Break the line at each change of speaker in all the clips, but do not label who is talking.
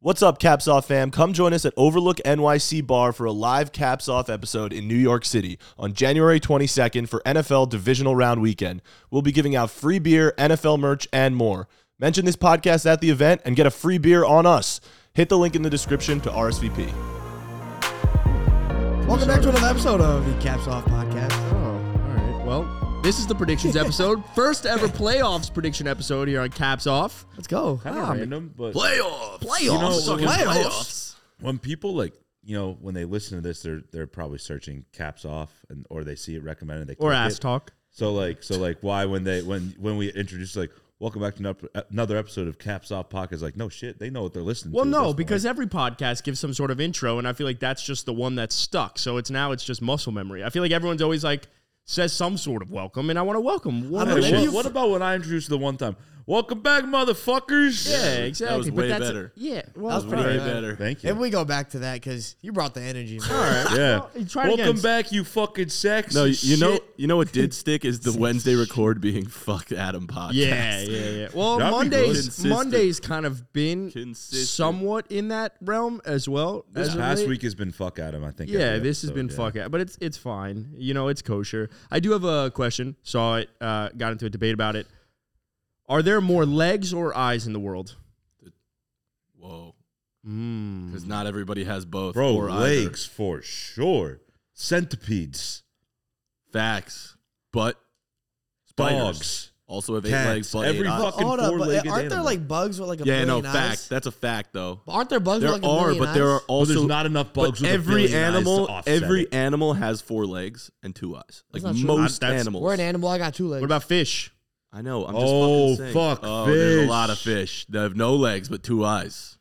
What's up, Caps Off fam? Come join us at Overlook NYC Bar for a live Caps Off episode in New York City on January 22nd for NFL Divisional Round Weekend. We'll be giving out free beer, NFL merch, and more. Mention this podcast at the event and get a free beer on us. Hit the link in the description to RSVP.
Welcome back to another episode of the Caps Off Podcast.
Oh, all right. Well, this is the predictions episode. First ever playoffs prediction episode here on Caps Off.
Let's go.
kind of
Ah,
random, but
Playoffs. Playoffs.
You know,
Sucking
when-
playoffs.
when people like you know when they listen to this, they're they're probably searching caps off and or they see it recommended. They
Or
click
ass
it.
talk.
So like so like why when they when when we introduce like welcome back to another- another episode of Caps Off Pockets like no shit they know what they're listening
Well,
to. at this
no,
point.
because every podcast gives some sort of intro, and I feel like that's just the one that's stuck. So it's now it's just muscle memory. I feel like everyone's always like says some sort of welcome, and I want to welcome.
I'm
What
Hey,
Maybe
what,
you-
what about when I introduced the one time? Welcome back, motherfuckers.
yeah, exactly.
was
but
way
that's,
better.
Yeah, well,
That was pretty
Way
good.
better.
Thank you.
If we go back to that, because you brought the energy. Man.
yeah.
Well, try it
Welcome
again.
back, you fucking sex.
No, you, you know, you know what did stick is the Wednesday record being fuck Adam podcast.
Yeah, yeah, yeah. Well,
That'd be
Mondays,
good.
Consistent.
Mondays kind of been
Consistent.
somewhat in that realm as well.
This
as of
past
late.
week has been fuck Adam. I think.
Yeah,
every
this has been
episode, yeah.
fuck out, but it's it's fine. You know, it's kosher. I do have a question. Saw it, uh, got into a debate about it. Are there more legs or eyes in the world?
Whoa.
Mm.
Because not everybody has both.
Bro,
or either.
legs for sure. Centipedes,
Facts. But spiders
dogs.
also have eight
Cats.
legs, but
Every
eight eyes.
fuck- fucking
Hold up, but
four-legged
aren't there
animal.
like bugs with like a
Yeah, no,
billion
fact.
eyes?
That's a fact, though.
Aren't there bugs
There
with like a
are,
billion
but there are
eyes?
But
also
there's not enough
But
bugs. with a
every
billion eyes to
animal,
offset
every
it.
animal has four legs and two eyes. Like
not true.
most
That's-
animals.
We're an animal. I got two legs.
What about fish?
I know. I'm just
Oh,
fucking saying.
fuck,
Oh, there's a lot of
fish.
fish that have no legs but two eyes.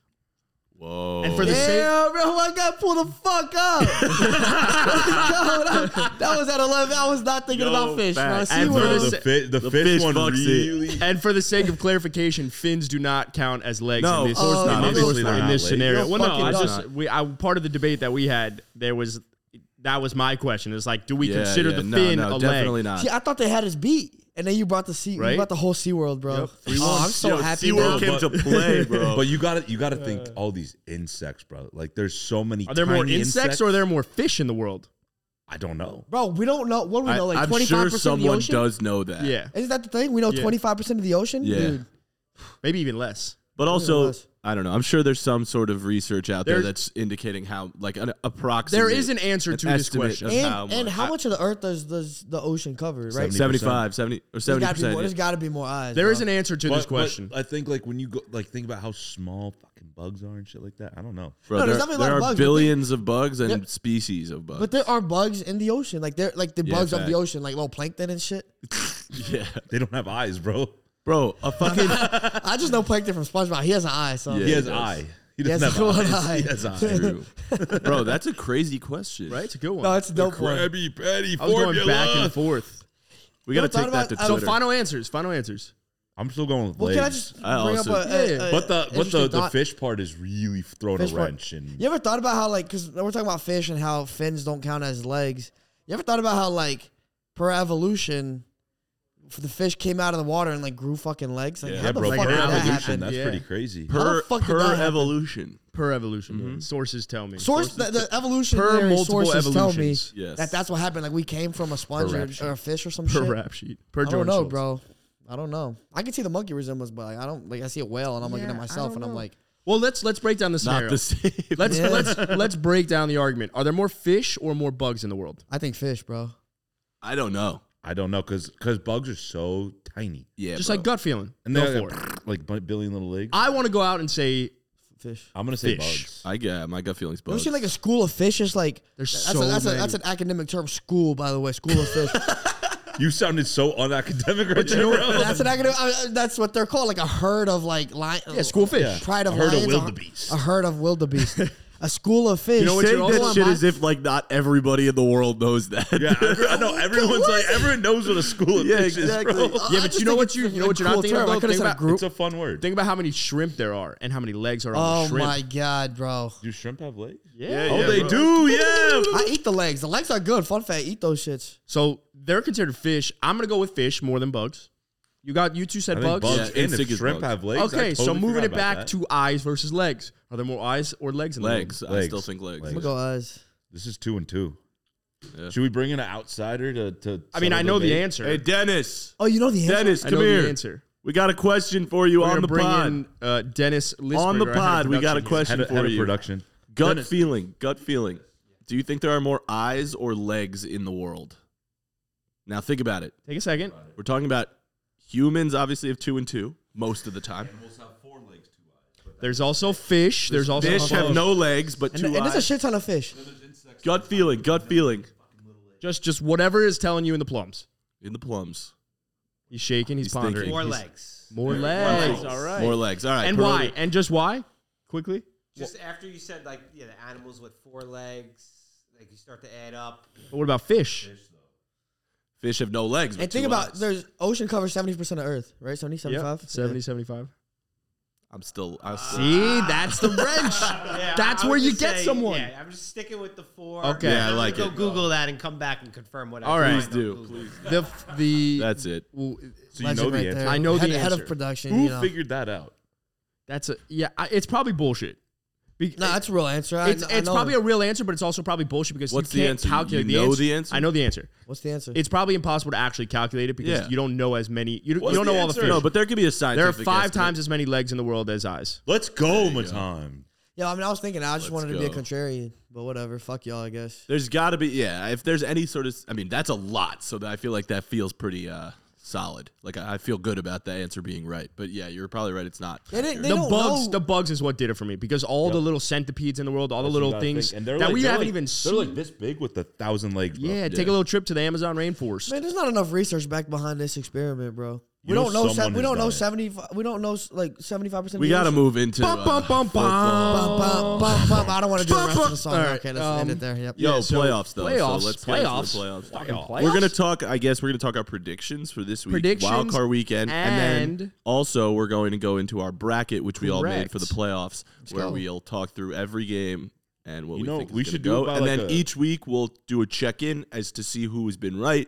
Whoa.
And for the same,
Yeah, bro, I got pulled the fuck up. What's going on? That was at eleven. I was not thinking
Yo,
about fish. Bro. I
facts.
see
And for
where
the
it
s-
was.
the, fi- the,
the
fish,
fish
one
fucks it.
really.
and for the sake of clarification, fins do not count as legs.
No,
in
of
this,
course
in
not.
this-
Of course
in
not.
this scenario.
You're
Well, no,
fucking
I
nuts.
just we I, part of the debate that we had there was that was my question. It's like, do we
Yeah,
consider
yeah,
the
no,
fin
no,
a
definitely
leg?
not.
See, I thought they had us beat, and then you brought the sea.
Right?
You brought the whole Sea World, bro.
Yep. Three
Oh, I'm so
Yo,
happy.
SeaWorld
bro.
came to play, bro.
But you gotta you gotta think all these insects, bro. Like there's so many.
Are there more
tiny
insects, or are there more fish in the world?
I don't know.
Bro, we don't know. What do we know?
I,
Like
am
twenty
sure
five percent of the
someone
ocean.
does know that.
Yeah,
Isn't that the thing? We know
Yeah.
twenty five percent of the ocean.
Yeah.
Dude,
maybe even less.
But also,
less.
I don't know. I'm sure there's some sort of research out there
There's-
that's indicating how, like, an approximate.
There is an answer
an
to this
estimate
question.
of
and
how
and
much.
how much of the Earth does does the ocean cover? Right.
70%.
75, 70, or
There's
70
gotta be more. There's
percent.
gotta be more eyes.
There
bro.
is an answer to
But-
this
but
question.
I think like when you go like think about how small fucking bugs are and shit like that. I don't know.
Bro,
No,
there,
there's definitely a lot
there
of
are
bugs, but they-
billions of bugs and
There-
species of bugs.
But there are bugs in the ocean, like they're like the
Yeah,
bugs of the
fact.
ocean, like little plankton and shit.
yeah,
They don't have eyes, bro.
bro, a fucking
I just know plankton from SpongeBob. He has an eye, so
Yeah.
He
he
has
does.
eye. He
He has
doesn't
one
have
eye.
eyes. He has eyes.
True. bro, that's a crazy question,
right? It's a good one.
no, it's a dope. One.
Krabby Patty
I was
formula.
going back and forth.
We gotta
You know
take
what I'm
that to
talking
So
Twitter.
uh, final answers. Final answers.
I'm still going with
Well,
legs.
can I just
I
bring
also-
up a, a-
Yeah.
a-
but the but the,
interesting
the
thought?
fish part is really throwing
Fish
a
part.
wrench and
You ever thought about how like because we're talking about fish and how fins don't count as legs. You ever thought about how like per evolution, f- the fish came out of the water and like grew fucking legs? Like
Yeah,
how the
bro,
fuck
per
did that
evolution,
happen?
that's
Yeah.
pretty crazy.
How
per
the fuck did
per
that happen?
evolution.
Per evolution.
Mm-hmm.
Sources tell me.
Source the, the
per
evolutionary
multiple
sources tell me
evolutions.
Yes.
that that's what happened. Like we came from a sponge
Per
or,
rap sheet.
or a fish or some
Per
shit.
rap sheet.
I
Per George
don't know,
Schultz.
bro. I don't know. I can see the monkey resemblance, but like, I don't like. I see a whale, and I'm looking
Yeah,
at
I
myself,
don't
and I'm
know.
like,
Well, let's let's break down the scenario.
not the same.
Let's
Yeah.
let's let's break down the argument. Are there more fish or more bugs in the world?
I think fish, bro.
I don't know.
I don't know because because bugs are so tiny
Yeah,
Just
bro.
like gut feeling.
and
Go
they're
for it.
like, like a billion little legs.
I want to go out and say
Fish.
I'm gonna say
Fish.
bugs.
I get my gut feelings.
You ever
Bugs.
seen like a school of fish? It's like
There's
that's
so
a, that's,
many.
A, that's an academic term. School, by the way, school of fish.
You sounded so unacademic right
you know
there,
what?
bro.
that's an academic. I, that's what they're called, like a herd of like lion.
yeah, school fish.
Yeah.
pride of
A herd of
lions, a-
wildebeast.
A, herd of wildebeest. a school of fish.
You know what
Saying
you're also-
that shit as if like not everybody in the world knows that.
Yeah, every- I know everyone's like everyone knows what a school of
Yeah,
fish
exactly.
is, bro.
Yeah, but you know what you- you know what you're not thinking about,
I could have said
though?
a
Think
group.
It's a fun word.
Think about how many shrimp there are and how many legs are on
Oh
the shrimp.
my god, bro!
Do shrimp have legs?
Yeah.
oh, they do. Yeah.
I eat the legs. The legs are good. Fun fact: eat those shits.
So they're considered fish. I'm gonna go with fish more than bugs. You got you two said
I think
bugs.
bugs
Yeah,
and
instinct
if
is
shrimp
bugs.
have legs. I
Okay, so
totally
moving
forgot
it
about
back
that.
to eyes versus legs. Are there more eyes or legs? In the room?
Legs. I
Legs.
still think legs.
I'm
Legs.
gonna go eyes.
this is two and two.
Yeah.
Should we bring in an outsider to? to
I mean, I
settle
know the
debate?
answer.
Hey, Dennis.
Oh, you know the answer.
Dennis,
I
come
know the
here.
answer.
We got a question for you
We're
on
gonna
the
bring
pod.
in uh, Dennis Lisberger,
On the
our head of
pod, we got a
production
question
here.
Head of,
for
head of
you.
production.
Gut
Dennis.
feeling. Gut feeling. Do you think there are more eyes or legs in the world? Now think about it.
Take a second.
We're talking about humans, obviously, have two and two most of the time.
There's also fish. There's also
Fish have no legs, but
And,
two
and there's a
eyes.
shit ton of fish.
Gut feeling. Gut feeling.
just just whatever is telling you in the plums.
In the plums.
He's shaking. He's,
He's thinking.
pondering.
More
More
He's-
legs.
More legs. All right.
More legs. All right.
and
per-
why? And just why? Quickly.
Just after you said like yeah, the animals with four legs, like you start to add up.
But what about fish?
Fish have no legs. But
And think
two
about
eyes.
there's ocean covers seventy percent of Earth, right? 70, 75?
Yep. 70, 75.
I'm still.
Ah.
I'm still
See, that's the wrench. that's
I
where
would
you
just
get
say,
someone.
Yeah, I'm just sticking with the four.
Okay. Yeah, I
I'm gonna
like
go
it.
Google that and come back and confirm what.
All
I
right.
find
Please
on
do.
Google.
The f- the
That's it.
well,
So you know
Legend
the
right
answer.
there.
I know
head,
the
head
answer.
of production.
Who
you know.
figured that out?
that's a yeah. I, it's probably bullshit. Be-
No, that's a real answer. I,
it's
I
it's
know
probably
it.
a real answer, but it's also probably bullshit because
What's the
you can't
answer? You
calculate
know
the,
the answer?
I know the answer.
What's the answer?
It's probably impossible to actually calculate it because
Yeah.
you don't know as many. You, don't- you don't know all the fish.
No, but there could be a
there are
scientific.
five
estimate.
times as many legs in the world as eyes.
Let's go, Matan.
yeah, I mean, I was thinking I
Let's
just wanted to be a
go.
contrarian, but whatever. Fuck y'all, I guess.
There's got to be. Yeah. If there's any sort of. I mean, that's a lot. So that I feel like that feels pretty uh, solid. Like I, I feel good about the answer being right. But yeah, you're probably right. It's not.
They didn't-
accurate.
they
the
don't
bugs,
know.
the bugs is what did it for me because all the little centipedes in the world, all the little things that we haven't even
They're
seen.
like this big with the thousand legs. Bro.
yeah, take a little trip to the Amazon rainforest.
Man, there's not enough research back behind this experiment, bro. We
know
don't know.
someone
Se- we
who's
don't
done
know
it.
seventy. We don't know like seventy five percent.
we got to move into.
Bum,
uh,
bum, bum,
football.
Bum, bum, bum, bum. I don't want to do the
Bum,
rest of
bum.
the song.
All right,
Okay, let's
um,
end it there. Yep.
Yo,
Yeah, so
playoffs though.
playoffs,
so let's get into the
playoffs.
playoffs.
Fucking
We're gonna
playoffs?
talk. I guess we're gonna talk our predictions for this week, wild
Predictions
card weekend, then
and-
also we're going to go into our bracket, which we all made for the
Correct.
playoffs, where we'll talk through every game and what
You
we
know,
think is
we
gonna
should do
go,
about
and
like
then
a-
each week we'll do a check in as to see who has been right,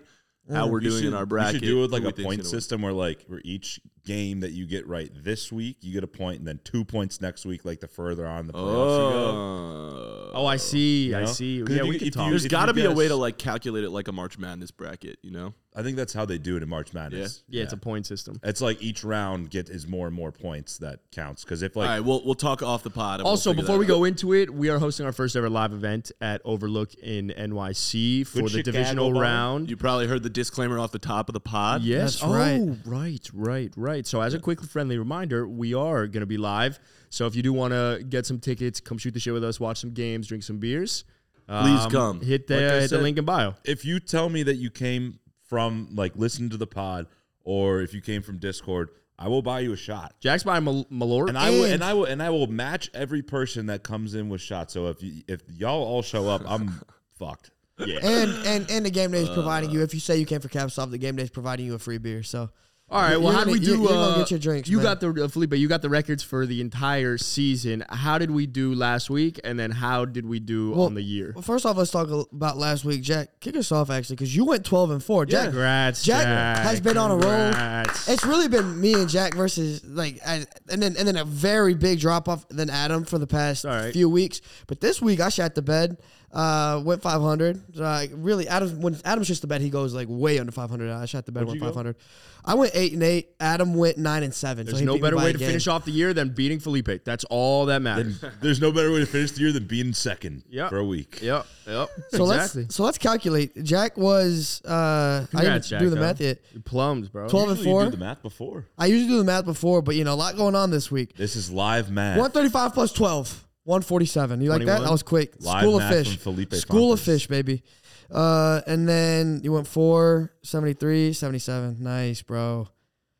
how we're
We
doing
should-
in our
we
bracket.
should do it with like
who we
a
think's
point
gonna win.
system where like where each game that you get right this week, you get a point, and then two points next week. Like the further on the playoffs you go.
Oh,
oh, I see. I
know?
see.
'Cause
Yeah,
if you-
we can
if
talk.
you-
there's got to be a
guess-
way to like calculate it like a March Madness bracket, you know?
I think that's how they do it in March Madness.
yeah, it's a point system.
It's like each round get is more and more points that counts because if like
All right, we'll we'll talk off the pod. and we'll
Also,
figure
before
that
we
out.
go into it, we are hosting our first ever live event at Overlook in NYC for the
Chicago
divisional
bar.
round.
you probably heard the disclaimer off the top of the pod.
Yes.
That's
oh,
right.
right, right, right. So, as a quick friendly reminder, we are going to be live. So, if you do want to get some tickets, come shoot the shit with us, watch some games, drink some beers.
Please come.
Hit the,
Like I
hit the
said-
link in bio.
if you tell me that you came from like listen to the pod or if you came from Discord, I will buy you a shot.
Jack's by Mal- Malort.
And I will and I will and I will match every person that comes in with shots. So if you, if y'all all show up, I'm fucked. Yeah.
And and and the game day is providing
Uh.
you. If you say you came for Capsov, the game day is providing you a free beer. So
All right. Well,
You're
how did we
gonna-
do?
you're
uh,
gonna get your drinks,
You
man.
got the uh, Felipe. You got the records for the entire season. How did we do last week? And then how did we do
Well,
on the year?
well, first off, let's talk a- about last week, Jack. Kick us off actually, because you went twelve and four. Jack,
Congrats,
Jack,
Jack.
has been on a roll.
Congrats.
It's really been me and Jack versus like, I, and then and then a very big drop off than Adam for the past
all right.
few weeks. But this week I shot the bed, uh, went five hundred. Uh, really, Adam when Adam shoots the bed, he goes like way under five hundred. I shot the bed, went five hundred. I went eight and eight. Adam went nine and seven. so
There's
he
no
beat me
better
by
way
a
to
game.
finish off the year than beating Felipe. That's all that matters.
There's no better way to finish the year than being second
Yeah.
for a week.
yep. Yep.
So
exactly.
let's so let's calculate. Jack was uh, I didn't
Congrats, Jack,
do the
though.
math yet.
You plumbed, bro.
Twelve and
Usually
four.
You do the math before.
I usually do the math before, but you know a lot going on this week.
This is live math.
One thirty-five plus twelve. One forty-seven. You like that?
21?
That was quick.
Live
School of
math
fish.
from Felipe
School of
Fontes.
fish, baby. Uh, and then you went four, 73, 77. Nice, bro.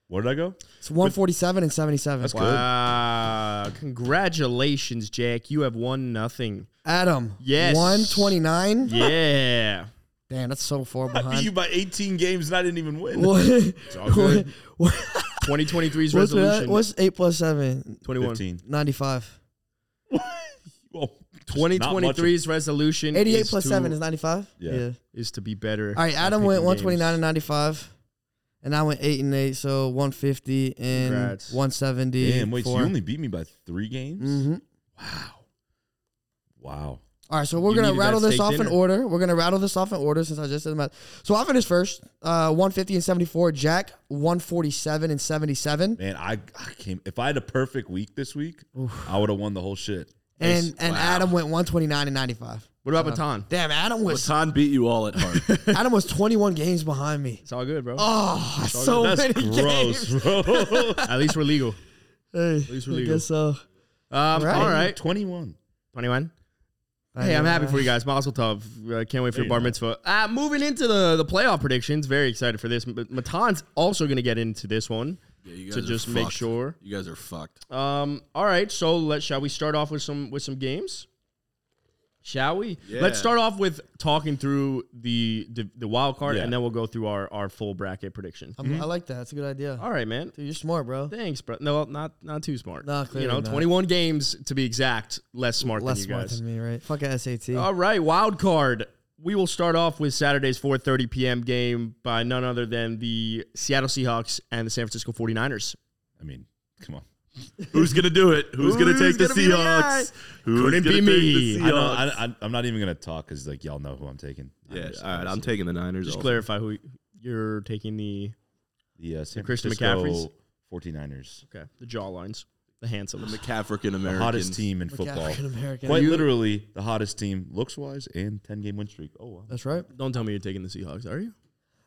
Where did I go?
It's one forty-seven and seventy-seven.
That's good.
Wow. Congratulations, Jack. You have won nothing.
Adam.
Yes.
One twenty-nine.
Yeah.
Damn, that's so far
I beat you
behind.
by 18 games and I didn't even win.
What-
good.
what-
2023's
what's, that?
resolution.
what's eight plus seven?
21.
15.
95.
Well, not much of-
2023's resolution
88
is
plus
to,
7 is 95?
Yeah.
All
is to be better.
right,
at
Adam went
picking games.
129 and 95. and I went eight and eight, so one fifty and
Congrats.
one seventy.
Damn, wait, so you only beat me by three games?
Mm-hmm.
Wow.
All right, so we're
You
gonna
needed that
rattle this
steak
off in
dinner.
order. We're gonna rattle this off in order since I just did the math. So I finished first, uh, one fifty and seventy four. Jack one forty seven and seventy seven.
Man, I, I came. If I had a perfect week this week, I would have won the whole shit.
And and Adam went one twenty nine and ninety five.
What about Baton?
Damn, Adam was
Latan beat you all at heart.
Adam was twenty one games behind me.
It's all good, bro.
Oh, so
That's
many games.
gross, bro.
At least we're legal.
Hey,
least we're
I
legal.
guess so.
Um,
Right.
All right.
21.
21. Hey, I'm happy for you guys. Mazel tov. Uh, can't wait for your bar mitzvah. Uh, moving into the, the playoff predictions. Very excited for this. M- Matan's also going to get into this one
Yeah, you
to
guys are
just make
fucked.
sure.
You guys are fucked.
Um, all right, so let shall we start off with some with some games? Shall we?
Yeah.
Let's start off with talking through the the, the wild card,
Yeah.
and then we'll go through our our full bracket prediction.
I'm, I like that. That's a good idea.
Hmm? All right, man.
Dude, you're smart, bro.
Thanks, bro. No, not not too smart.
No, clearly
you know,
not.
21 games to be exact. Less smart
Less
than you
smart
guys.
than me, right? Fuck SAT.
All right, wild card. We will start off with Saturday's 4:30 p.m. game by none other than the Seattle Seahawks and the San Francisco 49ers.
I mean, come on.
Who's gonna do it? Who's, gonna take
gonna
the
be the
Seahawks? Who's
Couldn't
gonna
be
take
me.
the Seahawks?
I don't, I, I, I'm not even going to talk because, like, y'all know who I'm taking.
yeah,
Obviously,
all right. I'm
obviously.
taking the Niners.
Just
also.
clarify who you're taking the
the uh, San
Christian
Francisco 49ers.
Okay. The jaw lines. The handsoms.
The African American.
The hottest team in
Look,
football.
African-American.
Quite literally, the hottest team looks wise and 10 game win streak. Oh, wow.
That's right.
Don't tell me you're taking the Seahawks, are you?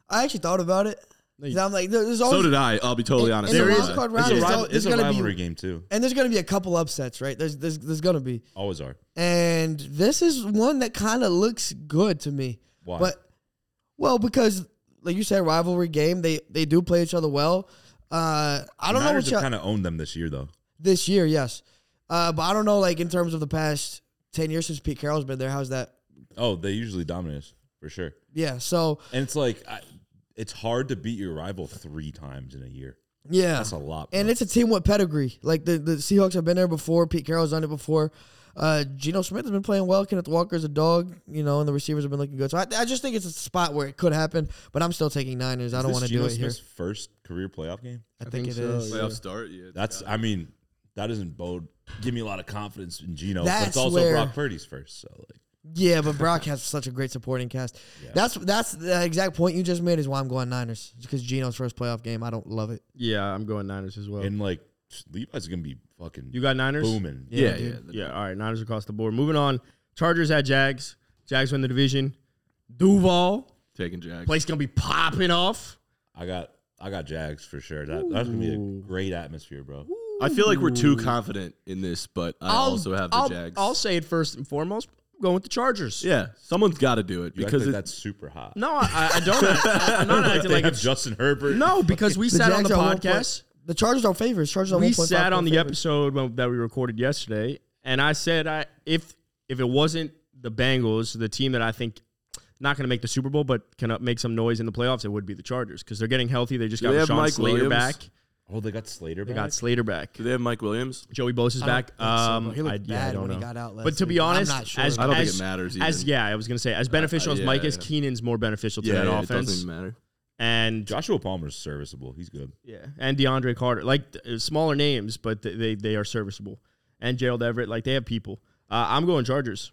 I actually thought about it.
you-
'Cause I'm like, there- there's
So
always
did I. I'll be totally
And-
honest.
and the
So did
wild
I.
card
It's
round
a,
is
rival-
al-
it's
there's
a
gonna
rivalry
be
game, too.
and there's gonna be a couple upsets, right? There's there's there's gonna be,
Always are.
and this is one that kind of looks good to me.
Why?
But well, because like you said, rivalry game. They they do play each other well. Uh, I don't know what
Niners
y'all,
have kind of owned them this year, though.
this year, yes, uh, but I don't know like in terms of the past ten years since Pete Carroll's been there. How's that?
Oh, they usually dominate us, for sure.
Yeah. So
And it's like, I, it's hard to beat your rival three times in a year.
yeah,
That's a lot.
And
bro.
it's a team with pedigree. Like the, the Seahawks have been there before. Pete Carroll's done it before. Uh, Geno Smith has been playing well. Kenneth Walker's a dog, you know, and the receivers have been looking good. So I, I just think it's a spot where it could happen. But I'm still taking Niners. I
Is
don't
this
want to
Geno
do it here.
Smith's first career playoff game.
I think, it is.
Playoff start. Yeah,
That's, I mean, that doesn't bode. Give me a lot of confidence in Geno. but
That's
it's also
where-
Brock Purdy's first. So like,
Yeah, but Brock has such a great supporting cast. That's that's the exact point you just made is why I'm going Niners because Geno's first playoff game. I don't love it.
Yeah, I'm going Niners as well.
and like Levi's gonna be fucking
you got Niners?
booming.
yeah, yeah.
dude.
Yeah, all right. Niners across the board. Moving on. Chargers at Jags. Jags win the division. Duval.
Taking Jags.
Place gonna be popping off.
I got I got Jags for sure. That, that's gonna be a great atmosphere, bro.
I feel like we're too confident in this, but I also have the
I'll,
Jags.
I'll say it first and foremost. I'm going with the Chargers.
yeah, someone's got to do it
You
because
act like
it,
that's super hot.
No, I- I, I don't. I, am not acting
they
like
have
it's-
Justin Herbert.
No, because we
The
sat on the
Jags are one point-
podcast.
The Chargers are favorites. Chargers are
we
1.5
sat on the
point favorites.
episode when- that we recorded yesterday, and I said I if if it wasn't the Bengals, the team that I think not going to make the Super Bowl, but can make some noise in the playoffs, it would be the Chargers because they're getting healthy. They just
Do
got
they have
Sean
Mike
Slater
Williams?
back.
Oh, they got Slater.
They
Back?
got Slater back.
do they have Mike Williams?
Joey Bosa's
don't
back.
think so,
um,
bro. He looked
I, yeah, I
bad
don't
when he
know.
got out last
but to be
week. I'm
honest,
not sure
as,
about
I don't think
as-
it matters
As
even.
yeah, I was going to say as beneficial as
yeah,
Mike
yeah.
is, Keenan's more beneficial to that
yeah, it
offense.
doesn't matter.
And
Joshua Palmer's serviceable. He's good.
Yeah, and DeAndre Carter, like th- uh, smaller names, but th- they they are serviceable. And Gerald Everett, like they have people. Uh, I'm going Chargers.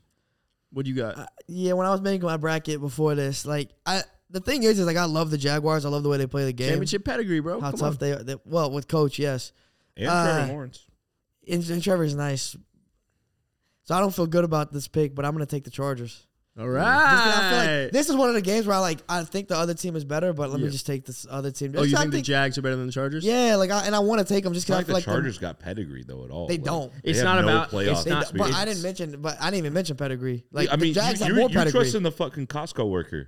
What do you
Uh,
got? Uh,
Yeah, when I was making my bracket before this, like I the thing is, is like I love the Jaguars. I love the way they play the game.
Championship pedigree, bro.
How
Oh, Come
tough
on.
they are. They, well, with coach, yes,
And
Uh,
Trevor Lawrence.
and, and Trevor's nice. So I don't feel good about this pick, but I'm gonna take the Chargers.
All
Just 'cause I feel
right.
like this is one of the games where I like I think the other team is better, but let me just take this other team.
oh, you
So I
think the Jags are better than the Chargers?
yeah, like I, and I want to take them just
It's not
because I
like
feel
the
like them-
Chargers got pedigree though at all.
They
Like,
don't.
It's
have
not
no
about-
playoff
it's not-
they- but I
experience.
didn't mention, but I didn't even mention pedigree. Like
I mean,
the Jags
you,
have
you're,
more
you're
pedigree.
trusting the fucking Costco worker.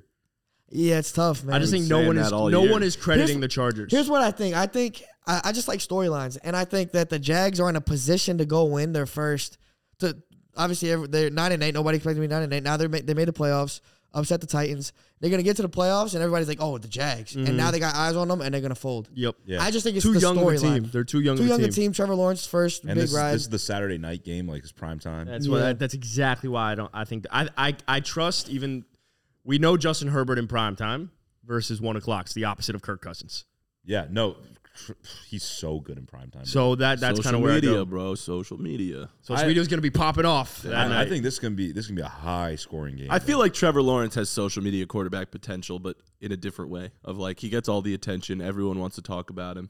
yeah, it's tough, man.
I just think no
saying
one is
that all
no
year.
one is crediting
Here's-
the Chargers.
Here's what I think. I think I, I just like storylines, and I think that the Jags are in a position to go win their first. To obviously every- they're nine and eight. Nobody expected to be nine and eight. Now they they made the playoffs, upset the Titans. They're gonna get to the playoffs, and everybody's like, "Oh, the Jags!"
Mm-hmm.
And now they got eyes on them, and they're gonna fold.
yep.
Yeah.
I just think it's
Too
the
young of a team.
storyline.
They're too young
Too
of a
young
team.
a team. Trevor Lawrence first
And
big
this,
ride.
this is the Saturday night game, like it's prime time.
That's why.
Yeah.
that's exactly why I don't. I think I, I I trust even. We know Justin Herbert in prime time versus one o'clock. It's the opposite of Kirk Cousins.
Yeah, no, he's so good in prime time.
So that that's kind
Social
of where I
media,
go.
bro. Social media.
Social media's going to be popping off. that
I, I
night.
think this is gonna be this is gonna be a high scoring game.
I feel like Trevor Lawrence has social media quarterback potential, but in a different way. Of like he gets all the attention, everyone wants to talk about him.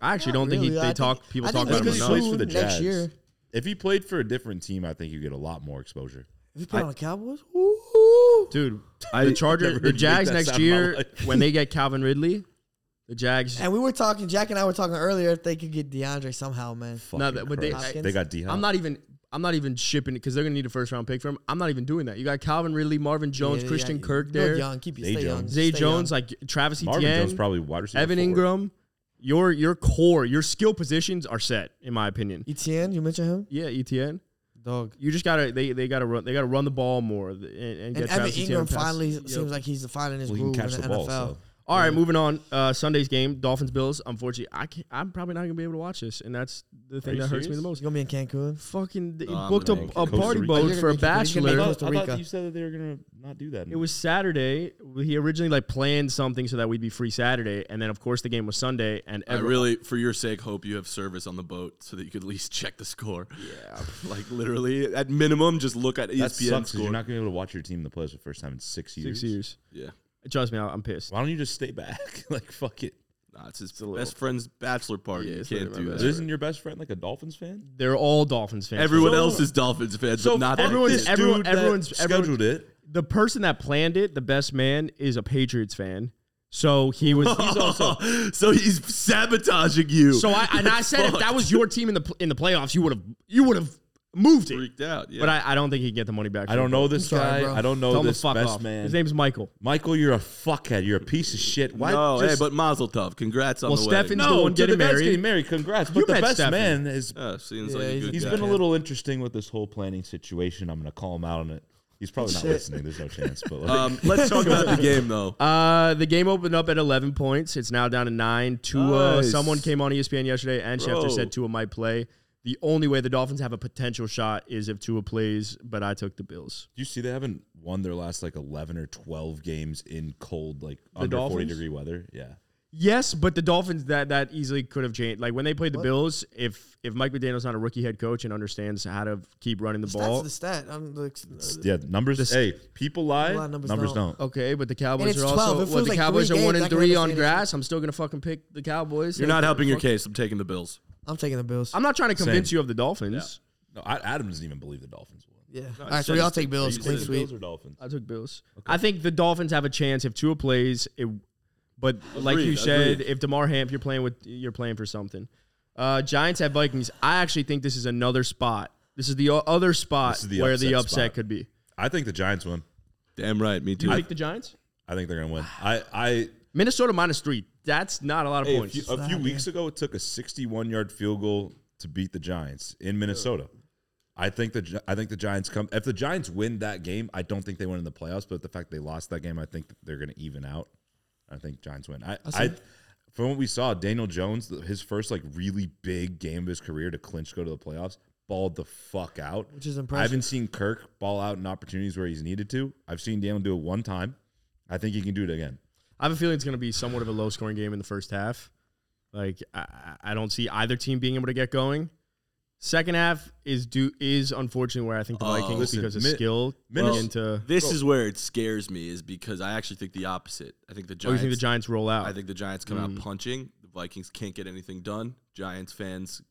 I actually
Not
don't think
really.
he,
I
they
think-
talk. People
I
talk
think
about
if
him
it's
he
gonna
enough.
be
plays for the
next
Jags,
year.
if he played for a different team, I think you get a lot more exposure.
If you put on the Cowboys, woo!
dude.
I-
the Chargers,
never
the
heard you
Jags
make that
next
sound in my
year
life.
when they get Calvin Ridley, the Jags.
And we were talking, Jack and I were talking earlier if they could get DeAndre somehow, man.
No,
Fucking
that- but they-
Christ.
Hopkins?
they got D.
I'm not even. I'm not even shipping it because they're gonna need a first round pick for him. I'm not even doing that. You got Calvin Ridley, Marvin Jones,
Yeah,
Christian
yeah,
Kirk
look
there,
young, keep you
Zay
stay young,
Jones.
Zay
stay
Jones,
young.
like Travis
Marvin
Etienne,
Jones probably wide receiver.
Evan
four.
Ingram. Your your core, your skill positions are set, in my opinion.
Etienne, E you mentioned him,
Yeah, Etn.
dog.
You just gotta they, they gotta run they gotta run the ball more th- and, and get
And Evan
Travis Etienne
Ingram
passes.
finally
Yep.
seems like he's finding his
Well, he can
groove in
catch
the,
the
NFL.
ball. So.
All right, moving on. Uh, Sunday's game, Dolphins Bills. Unfortunately, I can't, I'm probably not gonna be able to watch this, and that's the thing
you
that hurts me the
serious?
He's
most.
gonna be in Cancun.
Fucking they
Oh, I'm
booked
gonna
a,
make it.
a
Costa
party
Rica.
boat
You're
for a
gonna make it. You're gonna make
bachelor.
I thought,
Costa
I thought
Rica.
you said that they were gonna not do that.
It was Saturday. He originally like planned something so that we'd be free Saturday, and then of course the game was Sunday. And
I
every-
really, for your sake, hope you have service on the boat so that you could at least check the score. Yeah, like literally at minimum, just look at E
that
ESPN
sucks. 'cause
score.
You're not gonna be able to watch your team in the playoffs for the first time in six years.
six years.
yeah,
Trust me, I- I'm pissed.
Why don't you just stay back? like fuck it.
nah, it's his
a little-
best friend's bachelor party.
Yeah,
you
it's literally
can't
my
do that.
best friend.
Isn't your best friend like a Dolphins fan?
They're all Dolphins fans.
Everyone
So-
else is Dolphins fans, but not
fuck
everyone.
everyone's-
this
everyone-
dude that
everyone's- everyone-
scheduled it.
the person that planned it, the best man, is a Patriots fan. So he was. he's also.
so he's sabotaging you.
So I and I said if that was your team in the pl- in the playoffs, you would have you would have moved it.
freaked out. Yeah.
But I, I don't think he can get the money back.
I don't know this
sorry,
guy.
bro.
I don't know
Tell him to
this
fuck
best
off.
man.
His name's Michael.
Michael, you're a fuckhead. You're a piece of shit. Why?
no,
just-
hey, but Mazel Tov. Congrats on
Well,
the
Stefan's
wedding.
the one
dude,
getting
the guy's
married.
Getting married. Congrats.
You
But the
met
best
Stefan.
man is.
Yeah, seems
Yeah,
like a
he's a
good
He's
guy.
been a little interesting with this whole planning situation. I'm gonna call him out on it. He's probably not listening. There's no chance. But like,
Um, let's talk about the game though.
Uh, the game opened up at 11 points. It's now down to nine. Tua.
Nice.
Someone came on E ESPN yesterday, and Schefter
Bro.
said Tua might play. The only way the Dolphins have a potential shot is if Tua plays, but I took the Bills.
you see, they haven't won their last like 11 or 12 games in cold, like under 40
Dolphins?
degree weather. Yeah.
Yes, but the Dolphins that that easily could have changed. Like when they played the Bills, if if Mike McDaniel's not a rookie head coach and understands how to keep running the
That's
ball,
the stat. I'm the,
Yeah. Numbers. hey, people lie.
People lie,
numbers,
numbers
don't.
don't.
Okay, but the
And
Cowboys
it's
are
12. It
also
feels
well, the
like
Cowboys
three
are one
games.
and
I can
three on
understand
grass. I'm still gonna fucking pick the Cowboys.
You're
Like,
not helping your
fuck-
case. I'm taking the Bills.
I'm taking the Bills.
I'm not trying to convince
Same.
you of the Dolphins.
No, I, Adam doesn't even believe the Dolphins won.
yeah. All right, so we all take Bills.
you
Clean
said
The
sweep.
Bills or Dolphins?
I took Bills. I think the Dolphins have a chance if Tua plays. It, but like you
Agreed,
said,
agreed.
if Demar Hamp, you're playing with, you're playing for something. Uh, Giants at Vikings. I actually think this is another spot. This is the o- other spot
This is the
where
upset
the upset
spot.
could be.
I think the Giants win.
Damn right, me too.
Do you pick the Giants?
I think they're gonna win. I, I
Minnesota minus three. That's not a lot of
Hey, a
points.
few, a few weeks ago, it took a 61 yard field goal to beat the Giants in Minnesota. I think the Gi- I think the Giants come if the Giants win that game. I don't think they win in the playoffs, but the fact they lost that game, I think they're going to even out. I think Giants win. I, I, from what we saw, Daniel Jones, th- his first like really big game of his career to clinch go to the playoffs, balled the fuck out,
Which is
I
impressive.
haven't seen Kirk ball out in opportunities where he's needed to. I've seen Daniel do it one time. I think he can do it again.
I have a feeling it's going to be somewhat of a low scoring game in the first half. Like I- I, I don't see either team being able to get going. Second half is do is unfortunately where I think the Vikings
listen,
because of
Mi-
skill
Minnes-
get into.
This is where it scares me, is because I actually think the opposite. I think the
Oh, you
Giants.
think the Giants roll out?
I think the Giants come out punching. The Vikings can't get anything done. Giants fans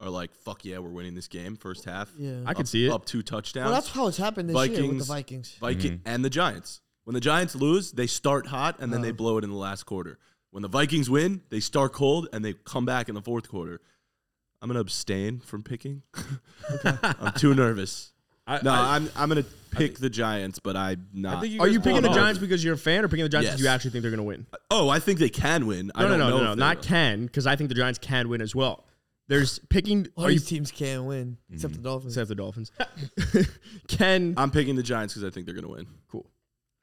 are like, "Fuck yeah, we're winning this game." First half,
Yeah.
I can
Up-
see it.
Up two touchdowns.
Well, that's how it's happened this year with the
Vikings.
Vikings.
Viking
Mm-hmm.
and the Giants. When the Giants lose, they start hot and then
Uh-huh.
they blow it in the last quarter. When the Vikings win, they start cold and they come back in the fourth quarter. I'm gonna abstain from picking. I'm too nervous.
I,
No,
I-
I, am I'm gonna pick the Giants, but I'm not.
think you
Are
guys
you
pull
picking
it
the
off.
Giants because you're a fan, or picking the Giants
Yes.
because you actually think they're going to win?
oh, I think they can win. I
No, no,
don't
no,
know
no,
if
no,
they
not
will.
can because I think the Giants can win as well. There's picking.
All
are you
these teams can win except the
Mm-hmm.
Dolphins.
except the Dolphins? can
I'm picking the Giants because I think they're gonna win.
cool.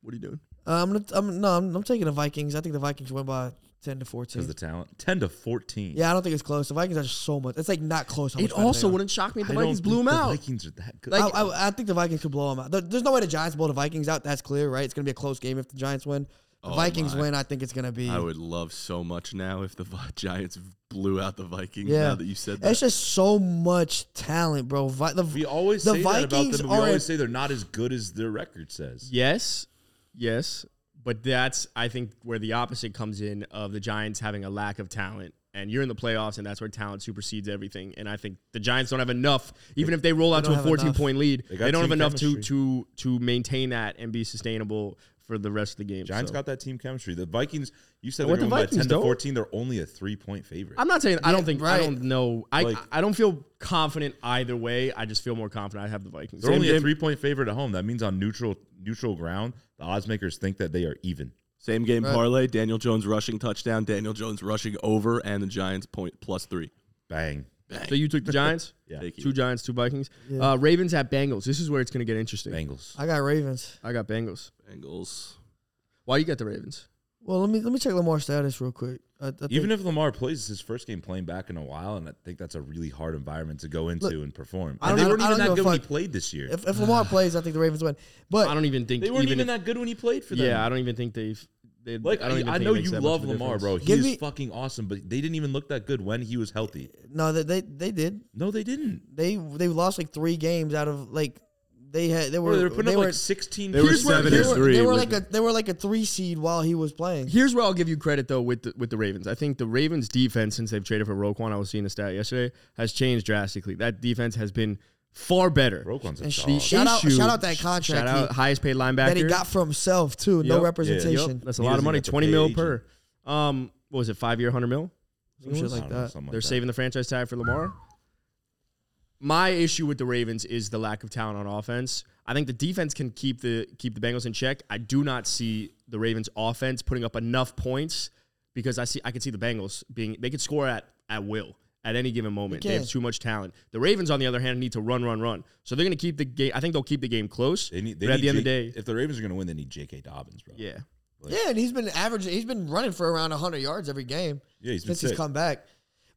What are you doing?
Uh, I'm, gonna, I'm no, I'm, I'm taking the Vikings. I think the Vikings win by ten to fourteen.
Because the talent, ten to fourteen.
yeah, I don't think it's close. The Vikings are so much. It's like not close. how much
It
better they
also
are.
wouldn't shock me if the
I
Vikings
don't
blew
think
them
The
out.
Vikings are that good.
I, I, I think the Vikings could blow them out. There- There's no way the Giants blow the Vikings out. That's clear, right? It's going to be a close game if the Giants win. the
Oh,
Vikings
my.
win, I think it's gonna be.
I would love so much now if the Vi- Giants blew out the Vikings.
Yeah.
Now that you said that,
It's just so much talent, bro. Vi- the,
We always
The
say that about
Vikings
them. but
are
We
a-
always say they're not as good as their record says.
Yes, yes, but that's I think where the opposite comes in of the Giants having a lack of talent. And you're in the playoffs, and that's where talent supersedes everything. And I think the Giants don't have enough, even if they roll out
don't
to a
have
14
enough.
point lead, they,
got
don't have
team
enough to,
chemistry.
to to maintain that and be sustainable for the rest of the game.
Giants
so.
got that team chemistry. The Vikings, you said
What
they're
the
going by
Vikings
10 to
don't?
14. They're only a three point favorite.
I'm not saying I don't
Yeah,
think I
right.
don't know. I
Like-
I don't feel confident either way. I just feel more confident. I have the Vikings.
they're
Same
only a
game-
three point favorite at home. That means on neutral neutral ground, the odds makers think that they are even.
same game
Right.
parlay. Daniel Jones rushing touchdown. Daniel Jones rushing over, and the Giants point plus three.
Bang.
So you took the Giants.
Yeah.
Thank you.
Two Giants, two Vikings.
Yeah.
Uh, Ravens at Bengals. This is where it's going to get interesting.
Bengals.
I got Ravens.
I got Bengals.
Bengals.
Why you got the Ravens?
Well, let me let me check Lamar's status real quick. I, I think-
Even if Lamar plays it's his first game playing back in a while, and I think that's a really hard environment to go into and perform.
I don't-
And they
I don't-
weren't even
I don't
that
give
good
a
when he
fuck.
played this year.
if, if Lamar plays, I think the Ravens win. But
I don't even think
they weren't even,
if-
that good when he played for them.
Yeah, I don't even think they've. They,
Like
I,
I,
don't even
I
think it
know
makes
you
that much of
love
a
Lamar,
difference.
bro.
Give
He is
me-
fucking awesome, but they didn't even look that good when he was healthy.
no, they, they they did.
No, they didn't.
They they lost like three games out of like they had they were
Bro, they were putting
they
up
were,
like 16.
They were
points.
they were-
seven
they
and
were-
three
They were
with
like a they were like a three seed while he was playing.
Here's where I'll give you credit though with the, with the Ravens. I think the Ravens defense since they've traded for Roquan, I was seeing a stat yesterday, has changed drastically. That defense has been far better.
Roquan's a
And
dog.
she- she- Shout out-
Issue-
shout out that contract
Shout out
he-
highest paid linebacker
That he got for himself too.
Yep.
No
Yeah.
representation.
Yep, that's a
He
lot of
doesn't
money.
have to
Twenty
pay
mil
agent.
per. Um, what was it? Five year, hundred mil.
Some shit
I
like
don't know,
that.
something like
They're
that.
saving the franchise tag for Lamar. My issue with the Ravens is the lack of talent on offense. I think the defense can keep the keep the Bengals in check. I do not see the Ravens offense putting up enough points because I see I could see the Bengals being they could score at at will at any given moment. They, have
can.
too much talent. The Ravens on the other hand need to run run run. So they're going to keep the game I think they'll keep the game close.
They need, they
but at
need
the end of the
J-
day,
if the Ravens are going to win, they need J.K. Dobbins, bro.
yeah.
Yeah, and he's been averaging. He's been running for around 100 yards every game.
Yeah, he's been
since he's
sick.
come back.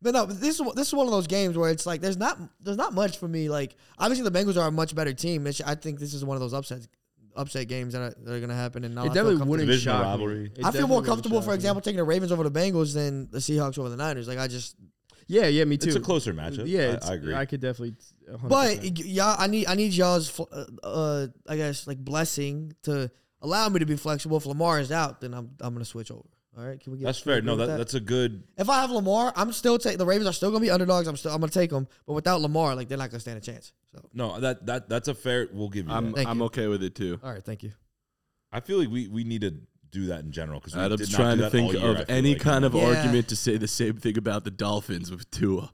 But no, this is this is one of those games where it's like there's not there's not much for me. Like obviously the Bengals are a much better team. It's, I think this is one of those upsets upset games that are, that are gonna happen. And now I
It
feel
definitely
comfortable.
wouldn't
Divisional
shock me.
I
It
rivalry.
definitely
feel more
wouldn't
comfortable,
shock
for
me.
example, taking the Ravens over the Bengals than the Seahawks over the Niners. Like I just,
Yeah, yeah, me too.
It's a closer matchup.
Yeah,
I-
it's-
I agree.
I could definitely. 100%.
but y- y'all, I need I need y'all's, fl- uh, uh, I guess like blessing to allow me to be flexible. If Lamar is out, then I'm I'm gonna switch over. All right, can we get
That's
can we
fair.
agree
No,
with
that, that's a good.
If I have Lamar, I'm still taking the Ravens are still gonna be underdogs. I'm still I'm gonna take them, but without Lamar, like they're not gonna stand a chance. So,
No, that that that's a fair. We'll give you.
I'm
that.
Thank
I'm
you.
okay with it too.
all right, thank you.
I feel like we we need to do that in general because
Adam's trying to think of any kind of
Yeah.
argument to say the same thing about the Dolphins with Tua.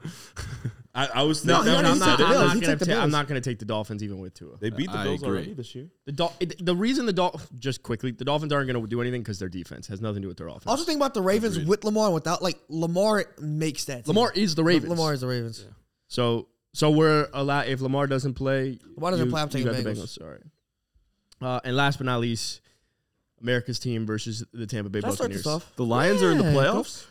I, I was
No,
thinking.
he already
no, no, I'm
took
not.
the
I'm
Bills.
not
He
gonna
took the
ta- I'm
Bills.
not going to take the Dolphins even with Tua.
They beat the
I
Bills
agree.
already this year.
The Dol- it- the reason the Dol- just quickly the Dolphins aren't going to do anything because their defense has nothing to do with their offense.
Also, think about the Ravens with Lamar and without. Like Lamar makes that. team.
Lamar is the
Lam-
Ravens.
Lamar is the Ravens.
so so we're allowed if Lamar doesn't play.
Lamar doesn't
you-
play, I'm
you
taking
got the
Bengals.
All right. Uh, and last but not least, America's team versus the Tampa Bay
Let's start
Buccaneers.
this off.
The Lions are in the
Yeah, go-
playoffs.